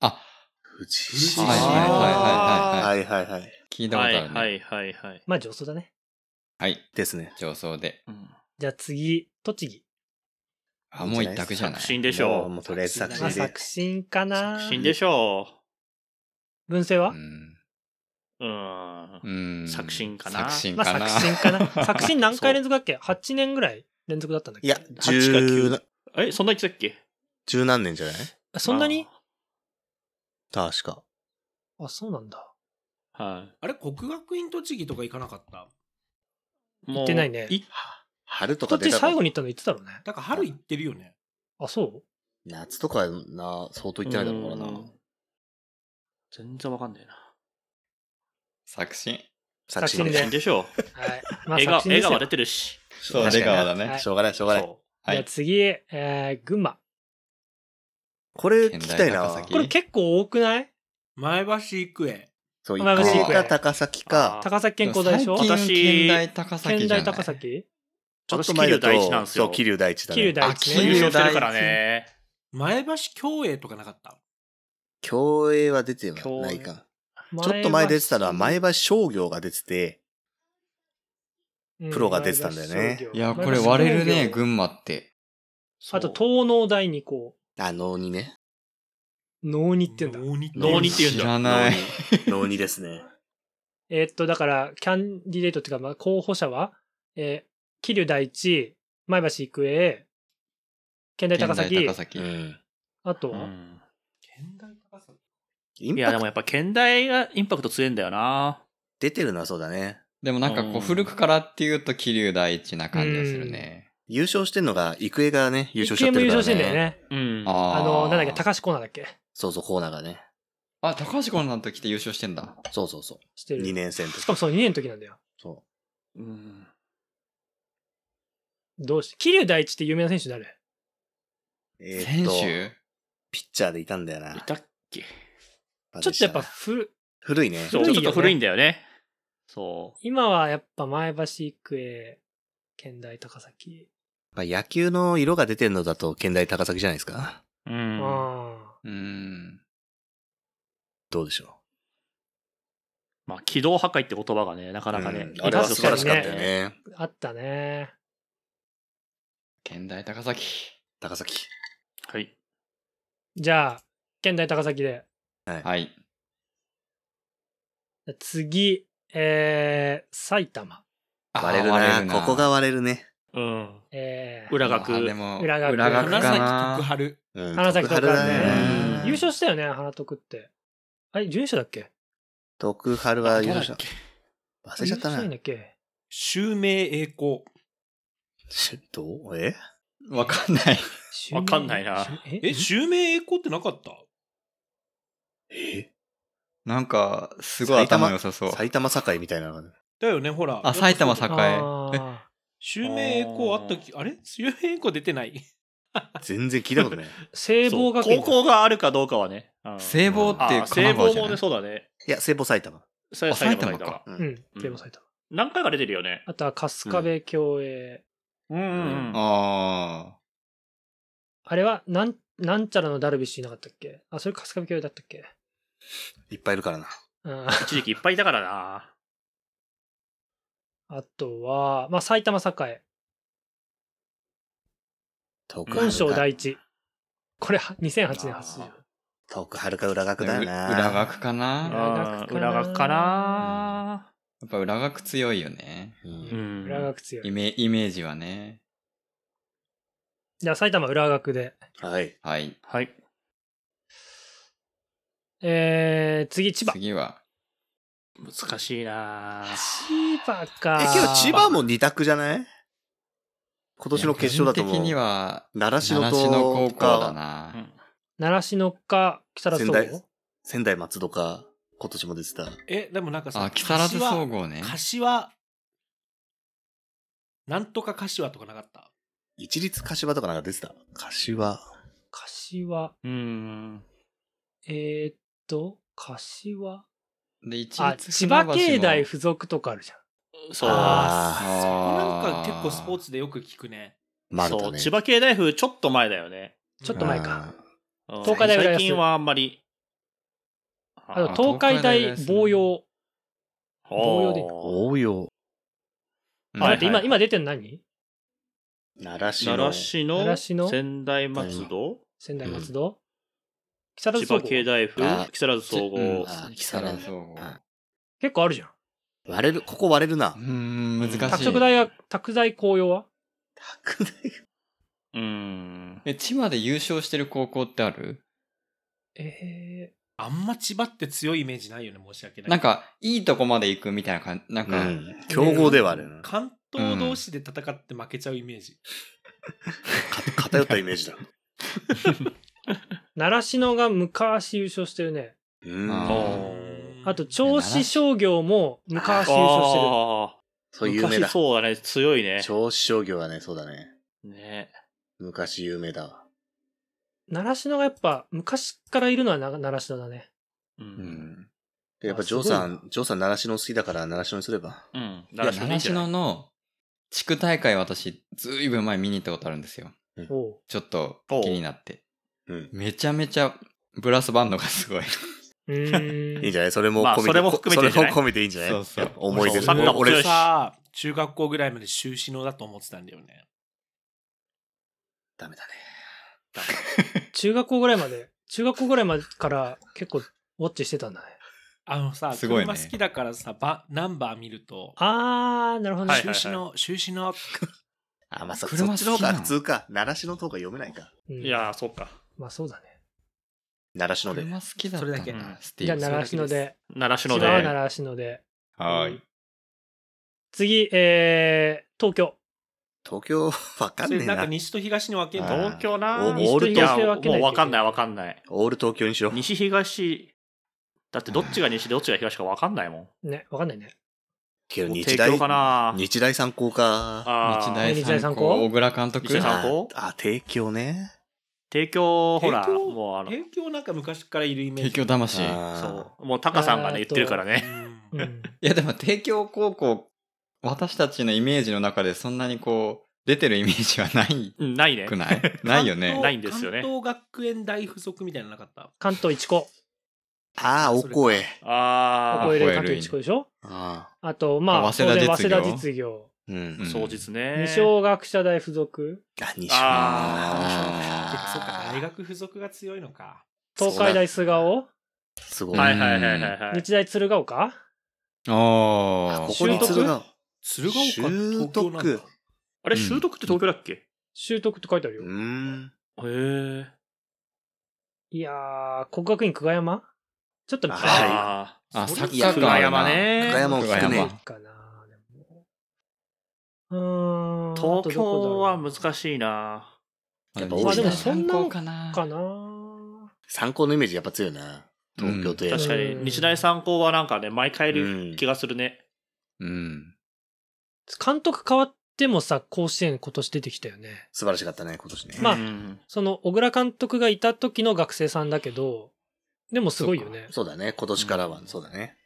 Speaker 3: あ、
Speaker 2: 藤
Speaker 5: 藤
Speaker 2: 士
Speaker 5: 代
Speaker 3: はいはいはいはいはい
Speaker 2: はいはいはい。
Speaker 3: 聞いたこと
Speaker 4: は
Speaker 3: あ
Speaker 4: い
Speaker 3: る
Speaker 4: は
Speaker 3: ね。
Speaker 4: いはいはい。
Speaker 1: まあ上層だね。
Speaker 3: はい。
Speaker 2: ですね。
Speaker 3: 上層で。
Speaker 4: うん
Speaker 1: じゃあ次、栃木。
Speaker 3: あ、もう一択じゃない
Speaker 4: 確。信でしょ
Speaker 2: もうもうとりあえず作
Speaker 1: まあ
Speaker 2: 詞で。
Speaker 1: 作新か
Speaker 4: う。
Speaker 1: な
Speaker 4: 確。信でしょ
Speaker 1: 文政は、
Speaker 3: うん
Speaker 4: う。うん。
Speaker 3: うん。
Speaker 4: 作新かな
Speaker 3: 作新
Speaker 1: ま
Speaker 3: か
Speaker 1: あ
Speaker 3: な。
Speaker 1: 作新かな。作新何回連続だっけ ?8 年ぐらい連続だったんだっけ
Speaker 2: いや、
Speaker 4: 八か九
Speaker 2: 十な、
Speaker 4: え、そんな言ってたっけ
Speaker 2: 十何年じゃない
Speaker 1: あそんなに
Speaker 2: 確か。
Speaker 1: あそうなんだ。
Speaker 4: あは
Speaker 5: あれ、国学院栃木とか行かなかった
Speaker 4: い。
Speaker 1: 行ってないね
Speaker 4: もうい
Speaker 2: 春と
Speaker 1: こ
Speaker 2: か
Speaker 1: っ
Speaker 2: 出
Speaker 1: ち
Speaker 2: た
Speaker 1: 最後
Speaker 2: に。
Speaker 1: に行ったの言ってたろうね。
Speaker 5: だから春行ってるよね。
Speaker 1: あ、そう
Speaker 2: 夏とかな、相当行ってないだろうからな
Speaker 4: う。ん全然わかんないな。
Speaker 3: 作新。
Speaker 2: 作詞
Speaker 1: 作詞ね。
Speaker 2: で
Speaker 4: 作でしょ
Speaker 1: はい。
Speaker 4: う。
Speaker 1: まあ
Speaker 4: 笑
Speaker 1: 作
Speaker 4: 顔、
Speaker 1: 新です
Speaker 4: 笑顔
Speaker 1: よ
Speaker 4: は出。てるし。
Speaker 3: そう、
Speaker 2: 確か
Speaker 3: 出
Speaker 2: に
Speaker 3: 川だね
Speaker 1: は。い
Speaker 2: しょうがない、しょうがない。
Speaker 4: そ
Speaker 3: は
Speaker 1: じゃあ
Speaker 3: い。
Speaker 1: 次、えー、群馬。
Speaker 2: これ聞きたい
Speaker 3: 県内
Speaker 2: な
Speaker 3: 高。崎
Speaker 1: これ結構多くない
Speaker 5: 前橋育英。
Speaker 2: そう、
Speaker 1: まあ
Speaker 2: 行く
Speaker 1: まあ
Speaker 2: か高崎か、
Speaker 1: 高崎健康大でしょ
Speaker 3: 最近
Speaker 4: 私
Speaker 3: 県大高崎
Speaker 1: 県
Speaker 3: じゃない。
Speaker 1: 大高崎
Speaker 2: ちょっと前だ
Speaker 4: 私桐生第一なん
Speaker 2: と、
Speaker 4: ですよ
Speaker 2: そう、桐生第一だ
Speaker 1: 桐生
Speaker 2: ね。
Speaker 1: 第
Speaker 3: あ
Speaker 1: 一
Speaker 4: う。
Speaker 3: 桐
Speaker 1: ね。
Speaker 4: 優
Speaker 3: 生
Speaker 4: 勝してるからね。
Speaker 5: 前橋共栄とかなかった
Speaker 2: 競泳は出てはない
Speaker 4: 競
Speaker 2: か。ちょっと前出てたのは前橋商業が出てて、
Speaker 1: うん
Speaker 2: プロが出てたんだよね
Speaker 1: 前橋商業
Speaker 3: いや、これ割れ
Speaker 1: 前
Speaker 3: るね、
Speaker 1: 橋商業
Speaker 3: 群馬って。
Speaker 1: あと、東農大二校。
Speaker 2: あ、能にね。
Speaker 1: 能にって言うんだ。
Speaker 5: 能に
Speaker 4: 能にって言うん
Speaker 3: 知
Speaker 4: だ
Speaker 3: らない。
Speaker 2: 能にですね。
Speaker 1: えーっと、だから、キャンディデートっていうか、まあ、候補者は、えー、桐生第一、前橋育英、県大
Speaker 3: 県
Speaker 1: 高
Speaker 3: 大
Speaker 1: 崎
Speaker 3: 高、崎
Speaker 2: う。ん。
Speaker 1: あと
Speaker 4: う
Speaker 1: は、
Speaker 4: ん
Speaker 5: 県大高崎
Speaker 2: イン
Speaker 4: いや、
Speaker 2: パク
Speaker 4: でも
Speaker 2: ト
Speaker 4: やっぱ県大がインパクト強いんだよな。
Speaker 2: 出てるな、そうだね。
Speaker 3: でもなんか
Speaker 4: う
Speaker 3: こうん古くからっていうと桐生第一な感じがするね。
Speaker 2: 優勝してんのが、育英がね、優勝しちゃっ
Speaker 1: EKM
Speaker 2: て
Speaker 1: 優
Speaker 2: るから
Speaker 1: 勝
Speaker 2: ね。
Speaker 1: してんだよ。ね。
Speaker 4: うん
Speaker 3: あー
Speaker 1: あの、なんだっけ、高橋コーナーだっけ
Speaker 2: そうそう、コーナーがね。
Speaker 3: あ、高橋コンさんと来て優勝してんだ。
Speaker 2: そうそうそう。
Speaker 1: してる。
Speaker 2: 2年生の時
Speaker 1: しかもその2年の時なんだよ。
Speaker 2: そ
Speaker 4: うん
Speaker 1: どうし、桐生第一って有名な選手誰
Speaker 2: う。えーっ
Speaker 3: 選
Speaker 2: と
Speaker 3: 手
Speaker 2: ピッチャーでいたんだよな。
Speaker 4: いたっけ
Speaker 1: ちょっとやっぱ
Speaker 2: 忘れてたな
Speaker 1: 古、
Speaker 2: 古いね。
Speaker 4: そう、
Speaker 1: 古いよね
Speaker 4: ちょっと古いんだよね。そう。
Speaker 1: 今はやっぱ前橋育英、県大高崎。
Speaker 2: ぱ野球の色が出てるのだと、県大高崎じゃないですか。
Speaker 4: うん。
Speaker 1: あ
Speaker 3: うーん。
Speaker 2: どうでしょ
Speaker 4: まあ、軌道破壊って言葉がね、なか
Speaker 2: う。
Speaker 4: なかね
Speaker 2: う、んあれは素晴らしかったよ
Speaker 1: 確かに
Speaker 2: ね。
Speaker 1: ーあったね。
Speaker 3: 県大高崎。
Speaker 2: 高崎。
Speaker 4: はい。
Speaker 1: じゃあ、県大高崎で。
Speaker 3: はい。
Speaker 1: 次、えー、埼玉。
Speaker 3: あー
Speaker 2: 割れるなここが。割れるね。
Speaker 5: うん。
Speaker 1: えー、
Speaker 4: 裏
Speaker 3: 割れるなあーでも、
Speaker 4: 学。
Speaker 1: 裏学
Speaker 3: 裏学
Speaker 5: 花
Speaker 3: か
Speaker 5: 咲
Speaker 3: な
Speaker 5: 徳。春。
Speaker 2: うん
Speaker 1: 花咲徳
Speaker 2: 徳
Speaker 1: 栄
Speaker 2: 春だ
Speaker 3: ね
Speaker 2: ね。
Speaker 1: 優勝したよね、花徳って。あれ、準優勝だっけ
Speaker 2: 徳春は優勝した
Speaker 5: あと誰だっけ。
Speaker 2: 忘れちゃった
Speaker 1: 優勝
Speaker 2: な
Speaker 1: しんだ。っけ
Speaker 5: 襲名栄光。
Speaker 2: どうえ
Speaker 3: わかんない。
Speaker 4: わかんないな
Speaker 1: え
Speaker 5: え、襲名栄光ってなかった
Speaker 2: え
Speaker 3: なんか、すごい頭良さそう。
Speaker 2: 埼玉栄みたいなのがね
Speaker 5: だよね、ほら。
Speaker 3: あ、埼玉栄。
Speaker 1: あー
Speaker 5: 襲名栄光あったき、あれ襲名栄光出てない。
Speaker 2: 全然聞いたことない。
Speaker 1: 聖望学
Speaker 4: そう
Speaker 1: 院
Speaker 4: 高校があるかどうかはね。うん
Speaker 3: 聖望って
Speaker 4: あ
Speaker 3: 神
Speaker 4: ー聖
Speaker 3: 奈川
Speaker 4: 望
Speaker 3: じゃ
Speaker 4: も
Speaker 3: な
Speaker 4: ね、
Speaker 3: い
Speaker 4: そうだね。
Speaker 2: いや、聖母埼玉。
Speaker 4: さ
Speaker 3: あ
Speaker 4: 埼
Speaker 3: 埼
Speaker 4: 玉
Speaker 3: 玉か
Speaker 4: 埼玉
Speaker 2: う
Speaker 1: うんん、聖望埼玉。
Speaker 4: 何回か出てるよね。
Speaker 1: あとは春日部共栄。
Speaker 4: うんうんうん。
Speaker 3: あ
Speaker 1: あれは、なん、なんちゃらのダルビッシュいなかったっけあ、それ春日部共栄だったっけ
Speaker 2: いっぱいいるからな。
Speaker 1: うん。
Speaker 4: 一時期いっぱいいたからな。
Speaker 1: あとは、まあ、埼玉栄。
Speaker 2: 徳
Speaker 1: 本省
Speaker 2: 春か。
Speaker 1: 第一。これ、は2008年発
Speaker 4: あ
Speaker 1: 表。
Speaker 2: 徳春か裏
Speaker 3: あ。
Speaker 2: 学だよな。
Speaker 3: 裏学か
Speaker 1: 裏
Speaker 3: な
Speaker 1: 学かな
Speaker 4: うん裏学かな。
Speaker 3: やっぱ裏学強いよね。
Speaker 2: うん
Speaker 4: うん
Speaker 1: 浦学強
Speaker 3: イ
Speaker 1: い。
Speaker 3: メイメージはね。
Speaker 1: じゃあ、埼玉浦学で。
Speaker 2: はい。
Speaker 3: はい。
Speaker 4: はい。
Speaker 1: えー、次、千葉。
Speaker 3: 次は。
Speaker 4: 難しいな
Speaker 1: 千葉か。
Speaker 2: え、けど千葉も二択じゃない今年の決勝だと思う。
Speaker 3: 個人的には、
Speaker 2: 習志野
Speaker 3: 習志野高
Speaker 2: と
Speaker 3: 校だ
Speaker 2: か、
Speaker 3: な。
Speaker 1: 習志野か、木更津
Speaker 2: 仙
Speaker 1: 総
Speaker 2: 台
Speaker 1: 合。、
Speaker 2: 仙台松戸か、今年も出てた。
Speaker 5: え、でもなんかさ、
Speaker 3: あ、木更津総合ね。
Speaker 5: 柏、なんとか柏とかなかった。
Speaker 2: 一律柏とかなんか出てた。柏。
Speaker 1: 柏。
Speaker 4: うん。
Speaker 1: えー、っと、柏。
Speaker 3: で、一
Speaker 1: あ、
Speaker 3: 律
Speaker 1: 千
Speaker 3: 船
Speaker 1: 葉
Speaker 3: 橋も
Speaker 1: 経大附属とかあるじゃん。
Speaker 4: そう。
Speaker 2: あ
Speaker 5: そこなん
Speaker 3: あ
Speaker 5: か結構スポーツでよく聞くね。
Speaker 2: ま
Speaker 4: そ
Speaker 2: だ
Speaker 4: う。
Speaker 2: ね。
Speaker 4: 千葉系大風ちょっと前だよね。
Speaker 1: ちょっと前か。
Speaker 4: うん
Speaker 1: 東海大浦安
Speaker 4: 最近はあんまり。
Speaker 1: あ
Speaker 3: ー
Speaker 1: と、東海
Speaker 3: 東海大
Speaker 1: 大
Speaker 3: ですね
Speaker 1: 防用。同様で
Speaker 4: おー
Speaker 2: 応用。
Speaker 3: うん
Speaker 1: あ、
Speaker 4: は
Speaker 1: だ
Speaker 4: い
Speaker 1: って今、今出てるの何
Speaker 2: 習志野。
Speaker 4: 習志
Speaker 1: 習志野
Speaker 4: 野、仙台松戸、
Speaker 1: 仙台松戸、木更津
Speaker 4: 千
Speaker 1: 総
Speaker 4: 葉
Speaker 1: 合。
Speaker 4: 系大風
Speaker 2: あ、
Speaker 4: 木更津総
Speaker 3: うん
Speaker 4: 合。
Speaker 2: あ
Speaker 3: 木更津総合。
Speaker 1: 結構あるじゃん。
Speaker 2: 割れる、ここ割れるな
Speaker 3: うー。ん、難しい。
Speaker 1: 拓殖大学、拓大紅葉は
Speaker 2: 拓大
Speaker 4: うん。
Speaker 3: え、千葉で優勝してる高校ってある
Speaker 1: え
Speaker 5: あんま千葉って強いイメージないよね、申し訳ない。
Speaker 3: なん、か、いいとこまで行くみたいな感じ。なん
Speaker 2: う
Speaker 3: か、
Speaker 2: ん。競合ではあるな。
Speaker 5: 関東同士で戦って負けちゃうイメージ。
Speaker 2: か偏ったイメージだ。
Speaker 1: ー、習志野が昔優勝してるね。
Speaker 2: うん
Speaker 3: あ
Speaker 4: ー
Speaker 1: あと、銚子商業も昔優勝してる。
Speaker 4: あ
Speaker 2: そう、有名
Speaker 4: 昔
Speaker 2: だ。
Speaker 4: そうだね。強いね。
Speaker 2: 調子商業はね、そうだね。
Speaker 4: ね。
Speaker 2: 昔有名だわ。
Speaker 1: 習志野がやっぱ昔からいるのはな習志野だね。
Speaker 4: う。
Speaker 3: うんん。
Speaker 2: やっぱ、
Speaker 1: あ
Speaker 2: ジョーさ
Speaker 1: すごい
Speaker 2: ん、ジョーさん、習志野好きだから、習志野にすれば。
Speaker 4: うん。
Speaker 3: いや、習志野の地区大会私、ずいぶん前見に行ったことあるんですよ。
Speaker 1: おう。
Speaker 3: ちょっと気になって。
Speaker 2: うん。
Speaker 3: めちゃめちゃブラスバンドがすごい。
Speaker 1: うーん。
Speaker 2: い いんじゃないそれも
Speaker 4: まあ
Speaker 2: 込みで
Speaker 4: それも含めてじ
Speaker 2: そ
Speaker 4: ゃな
Speaker 2: れ
Speaker 4: い
Speaker 2: も込めていいんじゃない
Speaker 3: そうそう
Speaker 2: やっぱ思い出
Speaker 4: サッカーも強
Speaker 2: 俺
Speaker 4: いし
Speaker 5: さ、中学校ぐらいまで修士のだと思ってたんだよね。
Speaker 2: ダメだね。
Speaker 1: 中学校ぐらいまで、中学校ぐらいまでから結構ウォッチしてたんだね。
Speaker 5: あのさ、
Speaker 3: すごいね
Speaker 5: 車好きだからさ、ばナンバー見ると、
Speaker 1: あー、なるほどね。
Speaker 4: はい
Speaker 5: 修士の、修士の、
Speaker 2: あ、まあ、そそ
Speaker 3: 車好
Speaker 2: っち
Speaker 3: き
Speaker 2: の
Speaker 3: なの
Speaker 2: 方が普通か。習志野の方が読めないか。
Speaker 1: うん
Speaker 4: いやー、そうか。
Speaker 1: まあそうだね。
Speaker 2: 習志野で。
Speaker 3: 車好きだった
Speaker 5: それだけ
Speaker 3: なスティ
Speaker 1: じゃあ、
Speaker 3: ーブ
Speaker 1: 習志野で。
Speaker 4: 習
Speaker 1: 千
Speaker 4: 志
Speaker 1: 葉
Speaker 4: 野
Speaker 1: は
Speaker 4: で。
Speaker 1: 習志野で。
Speaker 3: はーい。
Speaker 1: 次、えー、東京。
Speaker 2: 東京、 わか
Speaker 5: それ
Speaker 2: んねえ
Speaker 5: なんか
Speaker 2: な。
Speaker 5: 西と東に分ける
Speaker 2: あ
Speaker 5: の
Speaker 2: ー
Speaker 4: 東京な
Speaker 2: おオール
Speaker 4: いや、
Speaker 1: 東で
Speaker 4: も
Speaker 1: 分けないう
Speaker 4: わかんないわかんない。
Speaker 2: オール東京にしろ。
Speaker 4: 西東、だってどっちが西でどっちが東かわかんないもん。
Speaker 1: ね、わかんないね。
Speaker 2: けど
Speaker 4: もう
Speaker 2: 日
Speaker 4: 帝
Speaker 2: 大
Speaker 4: 京、かな
Speaker 2: 日大三高か。
Speaker 4: あー
Speaker 3: 日大
Speaker 1: 日大
Speaker 3: 三
Speaker 1: 三
Speaker 3: 高
Speaker 1: 高
Speaker 3: 小倉監督
Speaker 4: 日大三高
Speaker 2: あ、あ帝京ね。
Speaker 4: 帝京、ほら、
Speaker 5: 帝京
Speaker 4: もうあの、
Speaker 5: 帝京なんか昔からいるイメー
Speaker 3: 帝
Speaker 5: ジ。
Speaker 3: 京魂。い
Speaker 2: あー
Speaker 4: そう。もうタカさんがね、
Speaker 1: え
Speaker 4: 言
Speaker 1: ー
Speaker 4: っ
Speaker 1: と
Speaker 4: てるからね。
Speaker 5: う
Speaker 1: うんん。
Speaker 3: や、でも帝京高校、私たちのイメージの中でそんなにこ出てるイメージはない
Speaker 4: うんないね
Speaker 3: く。ない ないよね。
Speaker 5: 関東
Speaker 4: ないんですよね
Speaker 5: 関東学園大附属みたいなのなかった。
Speaker 1: 関東一高。
Speaker 2: ああ、お声。
Speaker 1: こ
Speaker 4: あ
Speaker 1: こ入
Speaker 3: 覚え
Speaker 1: れる関東一高でしょ
Speaker 2: あ
Speaker 1: あと、まあ、
Speaker 3: 早
Speaker 1: 当
Speaker 3: 稲田
Speaker 1: 然早
Speaker 3: 実業
Speaker 1: 稲田実業。
Speaker 2: あ。うん
Speaker 3: う
Speaker 4: あ、
Speaker 3: ん
Speaker 4: そうですね。
Speaker 1: 二松学舎大附属。
Speaker 2: あ、西
Speaker 4: あ
Speaker 5: あそうか、大
Speaker 2: あ
Speaker 5: 学附属が強いのか。
Speaker 1: 東海大菅生。
Speaker 2: すごい。
Speaker 4: はいはいはいはいはい。
Speaker 1: 日大鶴ヶ丘。
Speaker 3: あ
Speaker 2: ここに鶴が。
Speaker 5: 鶴岡
Speaker 2: 習得
Speaker 5: 東京なんだ。
Speaker 4: あれ、
Speaker 3: うん
Speaker 4: 習得って東京だっけ、
Speaker 1: 習得って書いてある
Speaker 2: う
Speaker 1: よ。
Speaker 2: ーん。
Speaker 4: へえ。
Speaker 1: いやー、国学院久我山ちょっと
Speaker 2: あはい
Speaker 4: あ
Speaker 3: あ。あ、
Speaker 5: そ
Speaker 3: サ
Speaker 5: れ
Speaker 3: ッカー
Speaker 4: 久
Speaker 3: が
Speaker 4: 我
Speaker 3: ある
Speaker 4: 山
Speaker 3: な。
Speaker 4: ね。
Speaker 2: 久我山も聞く
Speaker 3: 久我
Speaker 2: ね
Speaker 3: 山。
Speaker 1: かなでもうーん。あとど
Speaker 4: 東
Speaker 1: こだろ
Speaker 4: 京
Speaker 1: う
Speaker 4: は難しいな。
Speaker 2: やっぱ
Speaker 3: あ
Speaker 2: 多いな
Speaker 3: 高かな。
Speaker 1: かな
Speaker 2: 参考のイメージやっぱ強いな。東京といえば
Speaker 4: 確かに
Speaker 1: う、ん
Speaker 4: 日大三高はなんかね、毎回いる気がするね。
Speaker 3: うん。
Speaker 1: 監督変わってもさ、甲子園今年出てきたよね。
Speaker 2: 素晴らしかったね、今年ね。
Speaker 1: まあ
Speaker 4: うん
Speaker 1: その、小倉監督がいた時の学生さんだけど、でもすごいよね。
Speaker 2: そうだね、今年からは、そうだね。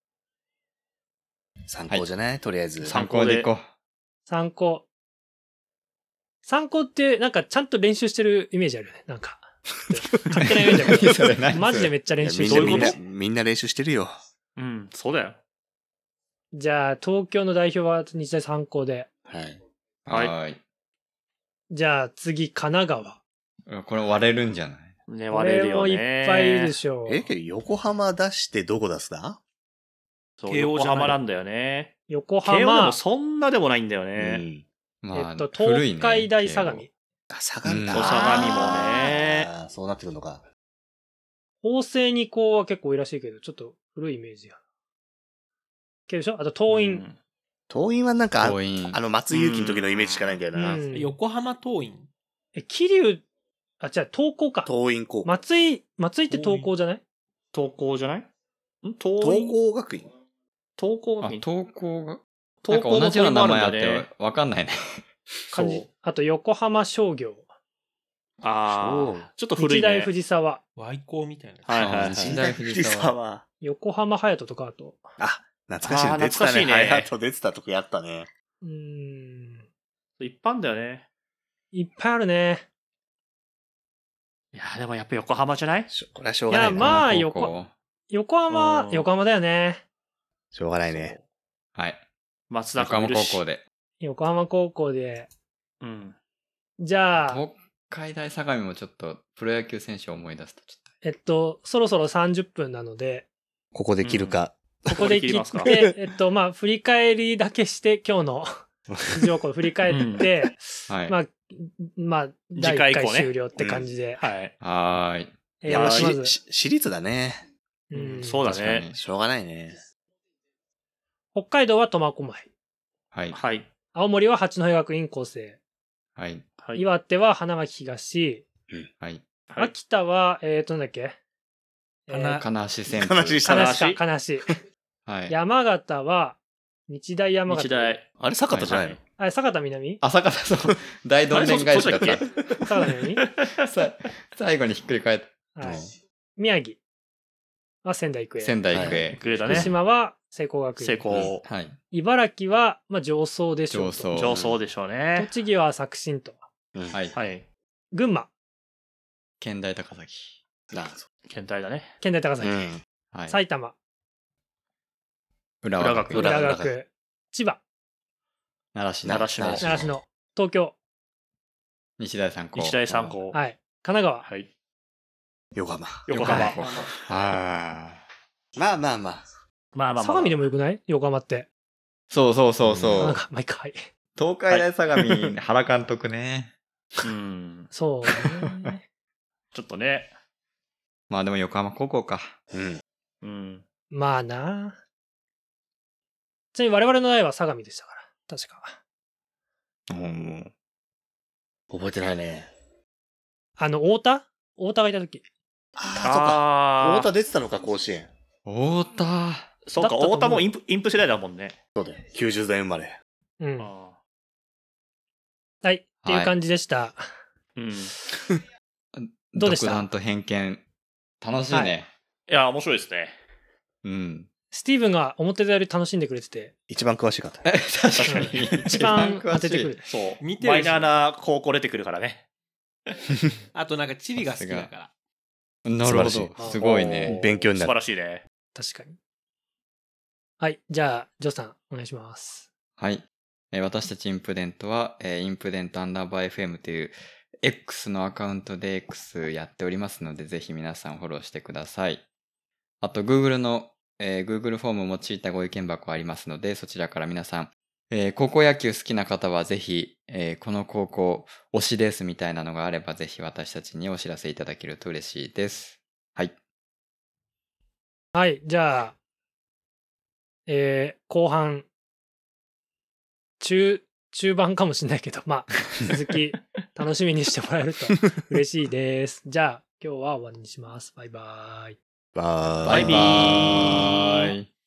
Speaker 2: 参考じゃないとりあえず。
Speaker 3: 参考でいこ
Speaker 1: 参考。参考って、なんかちゃんと練習してるイメージあるよね。なんか。勝手なイメージあ
Speaker 3: 何それ
Speaker 1: る
Speaker 3: 何そ れ
Speaker 1: マジでめっちゃ
Speaker 2: い
Speaker 1: 練
Speaker 2: や
Speaker 1: 習
Speaker 2: み
Speaker 1: し
Speaker 2: ん
Speaker 1: てる。
Speaker 2: なみんな
Speaker 4: どういうこ
Speaker 2: みんな練習してるよ。
Speaker 4: うん、そうだよ。
Speaker 1: じゃあ、東京の代表は日大参考で。
Speaker 2: はい。
Speaker 3: う。
Speaker 4: はい
Speaker 3: はーい。
Speaker 1: じゃあ、次、神奈川。
Speaker 3: うんこれ割れるんじゃない
Speaker 4: ね、
Speaker 1: こ
Speaker 4: 割れる
Speaker 1: れ
Speaker 4: よ
Speaker 1: も
Speaker 4: ね。
Speaker 1: いっぱいいるでしょう。
Speaker 2: え、けど横浜出してどこ出すだ
Speaker 4: そう、
Speaker 5: 慶応じ
Speaker 4: 横
Speaker 5: ゃない
Speaker 4: 浜なんだよね。
Speaker 1: 横
Speaker 4: 慶応でも
Speaker 1: 浜、
Speaker 4: そんなでもないんだよ
Speaker 2: う
Speaker 4: ね。
Speaker 2: ん。
Speaker 1: え
Speaker 3: まあ
Speaker 1: っと、、
Speaker 3: 古い
Speaker 1: 東海大相模、
Speaker 3: ね
Speaker 2: あ、相模だ。
Speaker 3: うん
Speaker 4: 相模もね
Speaker 2: あー。そうなってくるのか。
Speaker 1: 法政二高は結構多いらしいけど、ちょっと古いイメージが。けどでしょあと、桐
Speaker 4: う
Speaker 1: 蔭。
Speaker 4: ん
Speaker 2: 桐蔭はなん
Speaker 3: 慶
Speaker 2: か
Speaker 3: 応。、応援
Speaker 2: あの、松井裕樹の時のイメージしかないんだよな。
Speaker 1: うん
Speaker 5: 横浜桐蔭。
Speaker 1: え、桐生、あ、違う、東高か。
Speaker 2: 桐蔭高校。
Speaker 1: 松井、松井って東高じゃない
Speaker 4: 東高じゃないん東
Speaker 2: 東
Speaker 4: 高
Speaker 2: 光学院。
Speaker 4: 東高
Speaker 3: あ、
Speaker 4: 東
Speaker 3: 投稿が。な
Speaker 4: 東
Speaker 3: んか
Speaker 4: 高
Speaker 3: 同
Speaker 4: の
Speaker 3: じような名前あっ
Speaker 4: 桐蔭もあるん
Speaker 3: て
Speaker 4: だね、
Speaker 3: わかんないね。
Speaker 1: 感
Speaker 4: そ
Speaker 1: じ
Speaker 4: う。
Speaker 1: あと、横浜商業、
Speaker 4: あ
Speaker 2: そう
Speaker 4: あ、ちょっと古
Speaker 1: 日
Speaker 4: い
Speaker 1: 大
Speaker 4: ね。
Speaker 1: 藤沢、
Speaker 5: ワイコーみたいな。
Speaker 4: はいはいはい
Speaker 3: 日大藤沢。
Speaker 2: 沢。
Speaker 1: 横浜隼人とか、あと。
Speaker 2: あ、懐かしい
Speaker 4: あ
Speaker 2: ね。
Speaker 4: ー
Speaker 2: 出てた
Speaker 4: 懐かし
Speaker 2: ね。
Speaker 4: いね
Speaker 2: はい、あと出てたとこやったね。
Speaker 1: うーん。
Speaker 4: 一般だよね。
Speaker 1: いっぱいあるね。
Speaker 4: いや、でもやっぱ横浜じゃない
Speaker 2: しょこれはしょうがない
Speaker 1: い
Speaker 2: な。
Speaker 1: やまあ
Speaker 3: 高校
Speaker 1: 横横浜
Speaker 4: う、ん
Speaker 1: 横浜だよね。
Speaker 2: しょうがないね。
Speaker 3: はい。
Speaker 4: 松
Speaker 3: 中
Speaker 4: 坂
Speaker 3: 浜
Speaker 4: もいる
Speaker 3: 高
Speaker 4: し
Speaker 3: 校で。
Speaker 1: 横浜高校で。
Speaker 4: うん。
Speaker 1: じゃあ、
Speaker 3: 東海大相模もちょっと、プロ野球選手を思い出すとちょっ
Speaker 1: えっと、そろそろ30分なので、
Speaker 2: ここで切るか。
Speaker 1: ここで切
Speaker 4: こ
Speaker 1: っ
Speaker 4: こで
Speaker 1: て、えっと、まあ、振り返りだけして、今日の情報を振り返って、
Speaker 3: と。はい。
Speaker 1: まあ、まあ、第1
Speaker 4: 次回以
Speaker 1: 回
Speaker 4: 降ね
Speaker 1: 終了って感じで。
Speaker 4: はい。
Speaker 3: はーい。
Speaker 1: えー
Speaker 4: いや
Speaker 1: ま
Speaker 2: ま
Speaker 1: あ
Speaker 2: あ、
Speaker 4: ー
Speaker 2: し
Speaker 1: まず
Speaker 2: し私立だね。
Speaker 1: うん
Speaker 4: そうだね。
Speaker 2: しょうがないね。
Speaker 1: 北海道は苫小牧、
Speaker 3: はい。
Speaker 4: はい。
Speaker 1: 青森は八戸学院構成、
Speaker 3: はい。
Speaker 4: はい。
Speaker 1: 岩手は花巻東、
Speaker 3: はい。
Speaker 4: はい
Speaker 1: 秋田は、えっ、と、なんだっけえ
Speaker 5: 花
Speaker 1: ー
Speaker 3: 悲し旋
Speaker 2: 悲しい
Speaker 3: 風。
Speaker 1: 金
Speaker 2: 旋
Speaker 4: 風
Speaker 1: 足か、金足。
Speaker 3: はい。
Speaker 1: 山形は、日大山形。
Speaker 4: 日大。
Speaker 2: あれ、坂田じゃないの
Speaker 4: はい
Speaker 1: あれ、坂田南
Speaker 3: 朝方そう。大どんでん返しだっ
Speaker 4: あれそうそう
Speaker 3: た。
Speaker 1: 坂田南
Speaker 3: さ最後にひっくり返っ
Speaker 1: はい
Speaker 2: うん。
Speaker 1: 宮城は仙台育
Speaker 3: て、
Speaker 1: 英。
Speaker 3: 仙台育
Speaker 2: は
Speaker 3: 英。
Speaker 4: グレーだ
Speaker 1: 福
Speaker 4: ね。
Speaker 1: 島は聖光学院。
Speaker 4: 成功。
Speaker 3: はい。
Speaker 1: 茨城は、まあ、上層でしょう
Speaker 3: 上
Speaker 1: と。
Speaker 3: 層。
Speaker 4: 上層でしょうね。
Speaker 1: 栃木は作新と。
Speaker 2: うん
Speaker 3: はい。
Speaker 4: はい。
Speaker 1: 群馬、
Speaker 3: 県大高崎。
Speaker 2: なあそ
Speaker 4: 県大だね。
Speaker 1: 県大高
Speaker 2: う
Speaker 1: 崎、
Speaker 2: うん。
Speaker 3: はい。
Speaker 1: 埼玉、
Speaker 3: 浦和
Speaker 4: 浦和
Speaker 3: 学
Speaker 4: 学
Speaker 1: 浦
Speaker 3: 院。
Speaker 2: 浦和
Speaker 1: 和
Speaker 2: 浦和
Speaker 1: 学、千葉、
Speaker 3: 奈良市。
Speaker 2: 奈良
Speaker 4: 奈
Speaker 2: 市
Speaker 4: 良市
Speaker 1: 習志野、東京、
Speaker 3: 日大三高。
Speaker 4: の日大三。高。
Speaker 1: はい、神奈川、
Speaker 4: はい。
Speaker 2: 横浜。
Speaker 4: 横浜。
Speaker 3: 横ああ。
Speaker 2: まあまあまあ。
Speaker 4: まあまあまあ。
Speaker 1: 相模でもよくない横浜って。
Speaker 3: そうそうそう
Speaker 2: うん
Speaker 1: な
Speaker 3: そ
Speaker 1: ん
Speaker 3: う。
Speaker 1: か、毎回。
Speaker 3: 東海大相模、原監督ね。
Speaker 4: うん。
Speaker 1: そうね。
Speaker 4: ちょっとね。
Speaker 3: まあでも横浜高校か。
Speaker 2: うん。
Speaker 4: うん。
Speaker 1: まあなちなみに我々の代は相模でしたから、確か。
Speaker 3: うん。
Speaker 2: 覚えてないね。
Speaker 1: あの、太田太田がいた時。
Speaker 2: ああ、そうか。
Speaker 4: あ
Speaker 2: 太田出てたのか、甲子園。
Speaker 3: 太田。
Speaker 4: 田。そうか、
Speaker 1: だったと思う
Speaker 4: 太田もインプインプ世代だもんね。
Speaker 2: そうだよ。90代生まれ。
Speaker 1: うん。は
Speaker 4: あ
Speaker 1: い。っていう感じでした。
Speaker 4: ーうん。い
Speaker 1: どうでした
Speaker 3: 独断と偏見。楽しいね。
Speaker 4: や、面白いですね。
Speaker 3: うん。
Speaker 1: スティーブンが思ってたより楽しんでくれて て、
Speaker 2: 一番詳しい方。
Speaker 3: え確かに。
Speaker 1: 一番当ててくる。
Speaker 4: そう。
Speaker 5: 見
Speaker 4: マ
Speaker 5: てるし
Speaker 4: イナーな高校出てくるからね。
Speaker 5: あとなんか地理が好きだから。
Speaker 3: 詳しい。なるほ
Speaker 2: 素晴
Speaker 3: ど。すごいね。
Speaker 4: おー
Speaker 2: 勉強になる
Speaker 4: 素晴らしいね。
Speaker 1: 確かに。はい。じゃあ、ジョーさん、お願いします。
Speaker 3: はい。えー私たちインプデントは、えーインプデントアンダーバー FM という X のアカウントで X やっておりますので、ぜひ皆さんフォローしてください。あと、Google の、えー Google フォームを用いたご意見箱ありますので、そちらから皆さん、えー高校野球好きな方はぜひ、えーこの高校推しですみたいなのがあれば、ぜひ私たちにお知らせいただけると嬉しいです。はい。
Speaker 1: はい。じゃあ、えー後半、中、中盤かもしれないけど、まあ、続き、楽しみにしてもらえると嬉しいです。じゃあ、今日は終わりにします。バイバイ。
Speaker 2: バ
Speaker 4: バイビー
Speaker 3: バイバーイ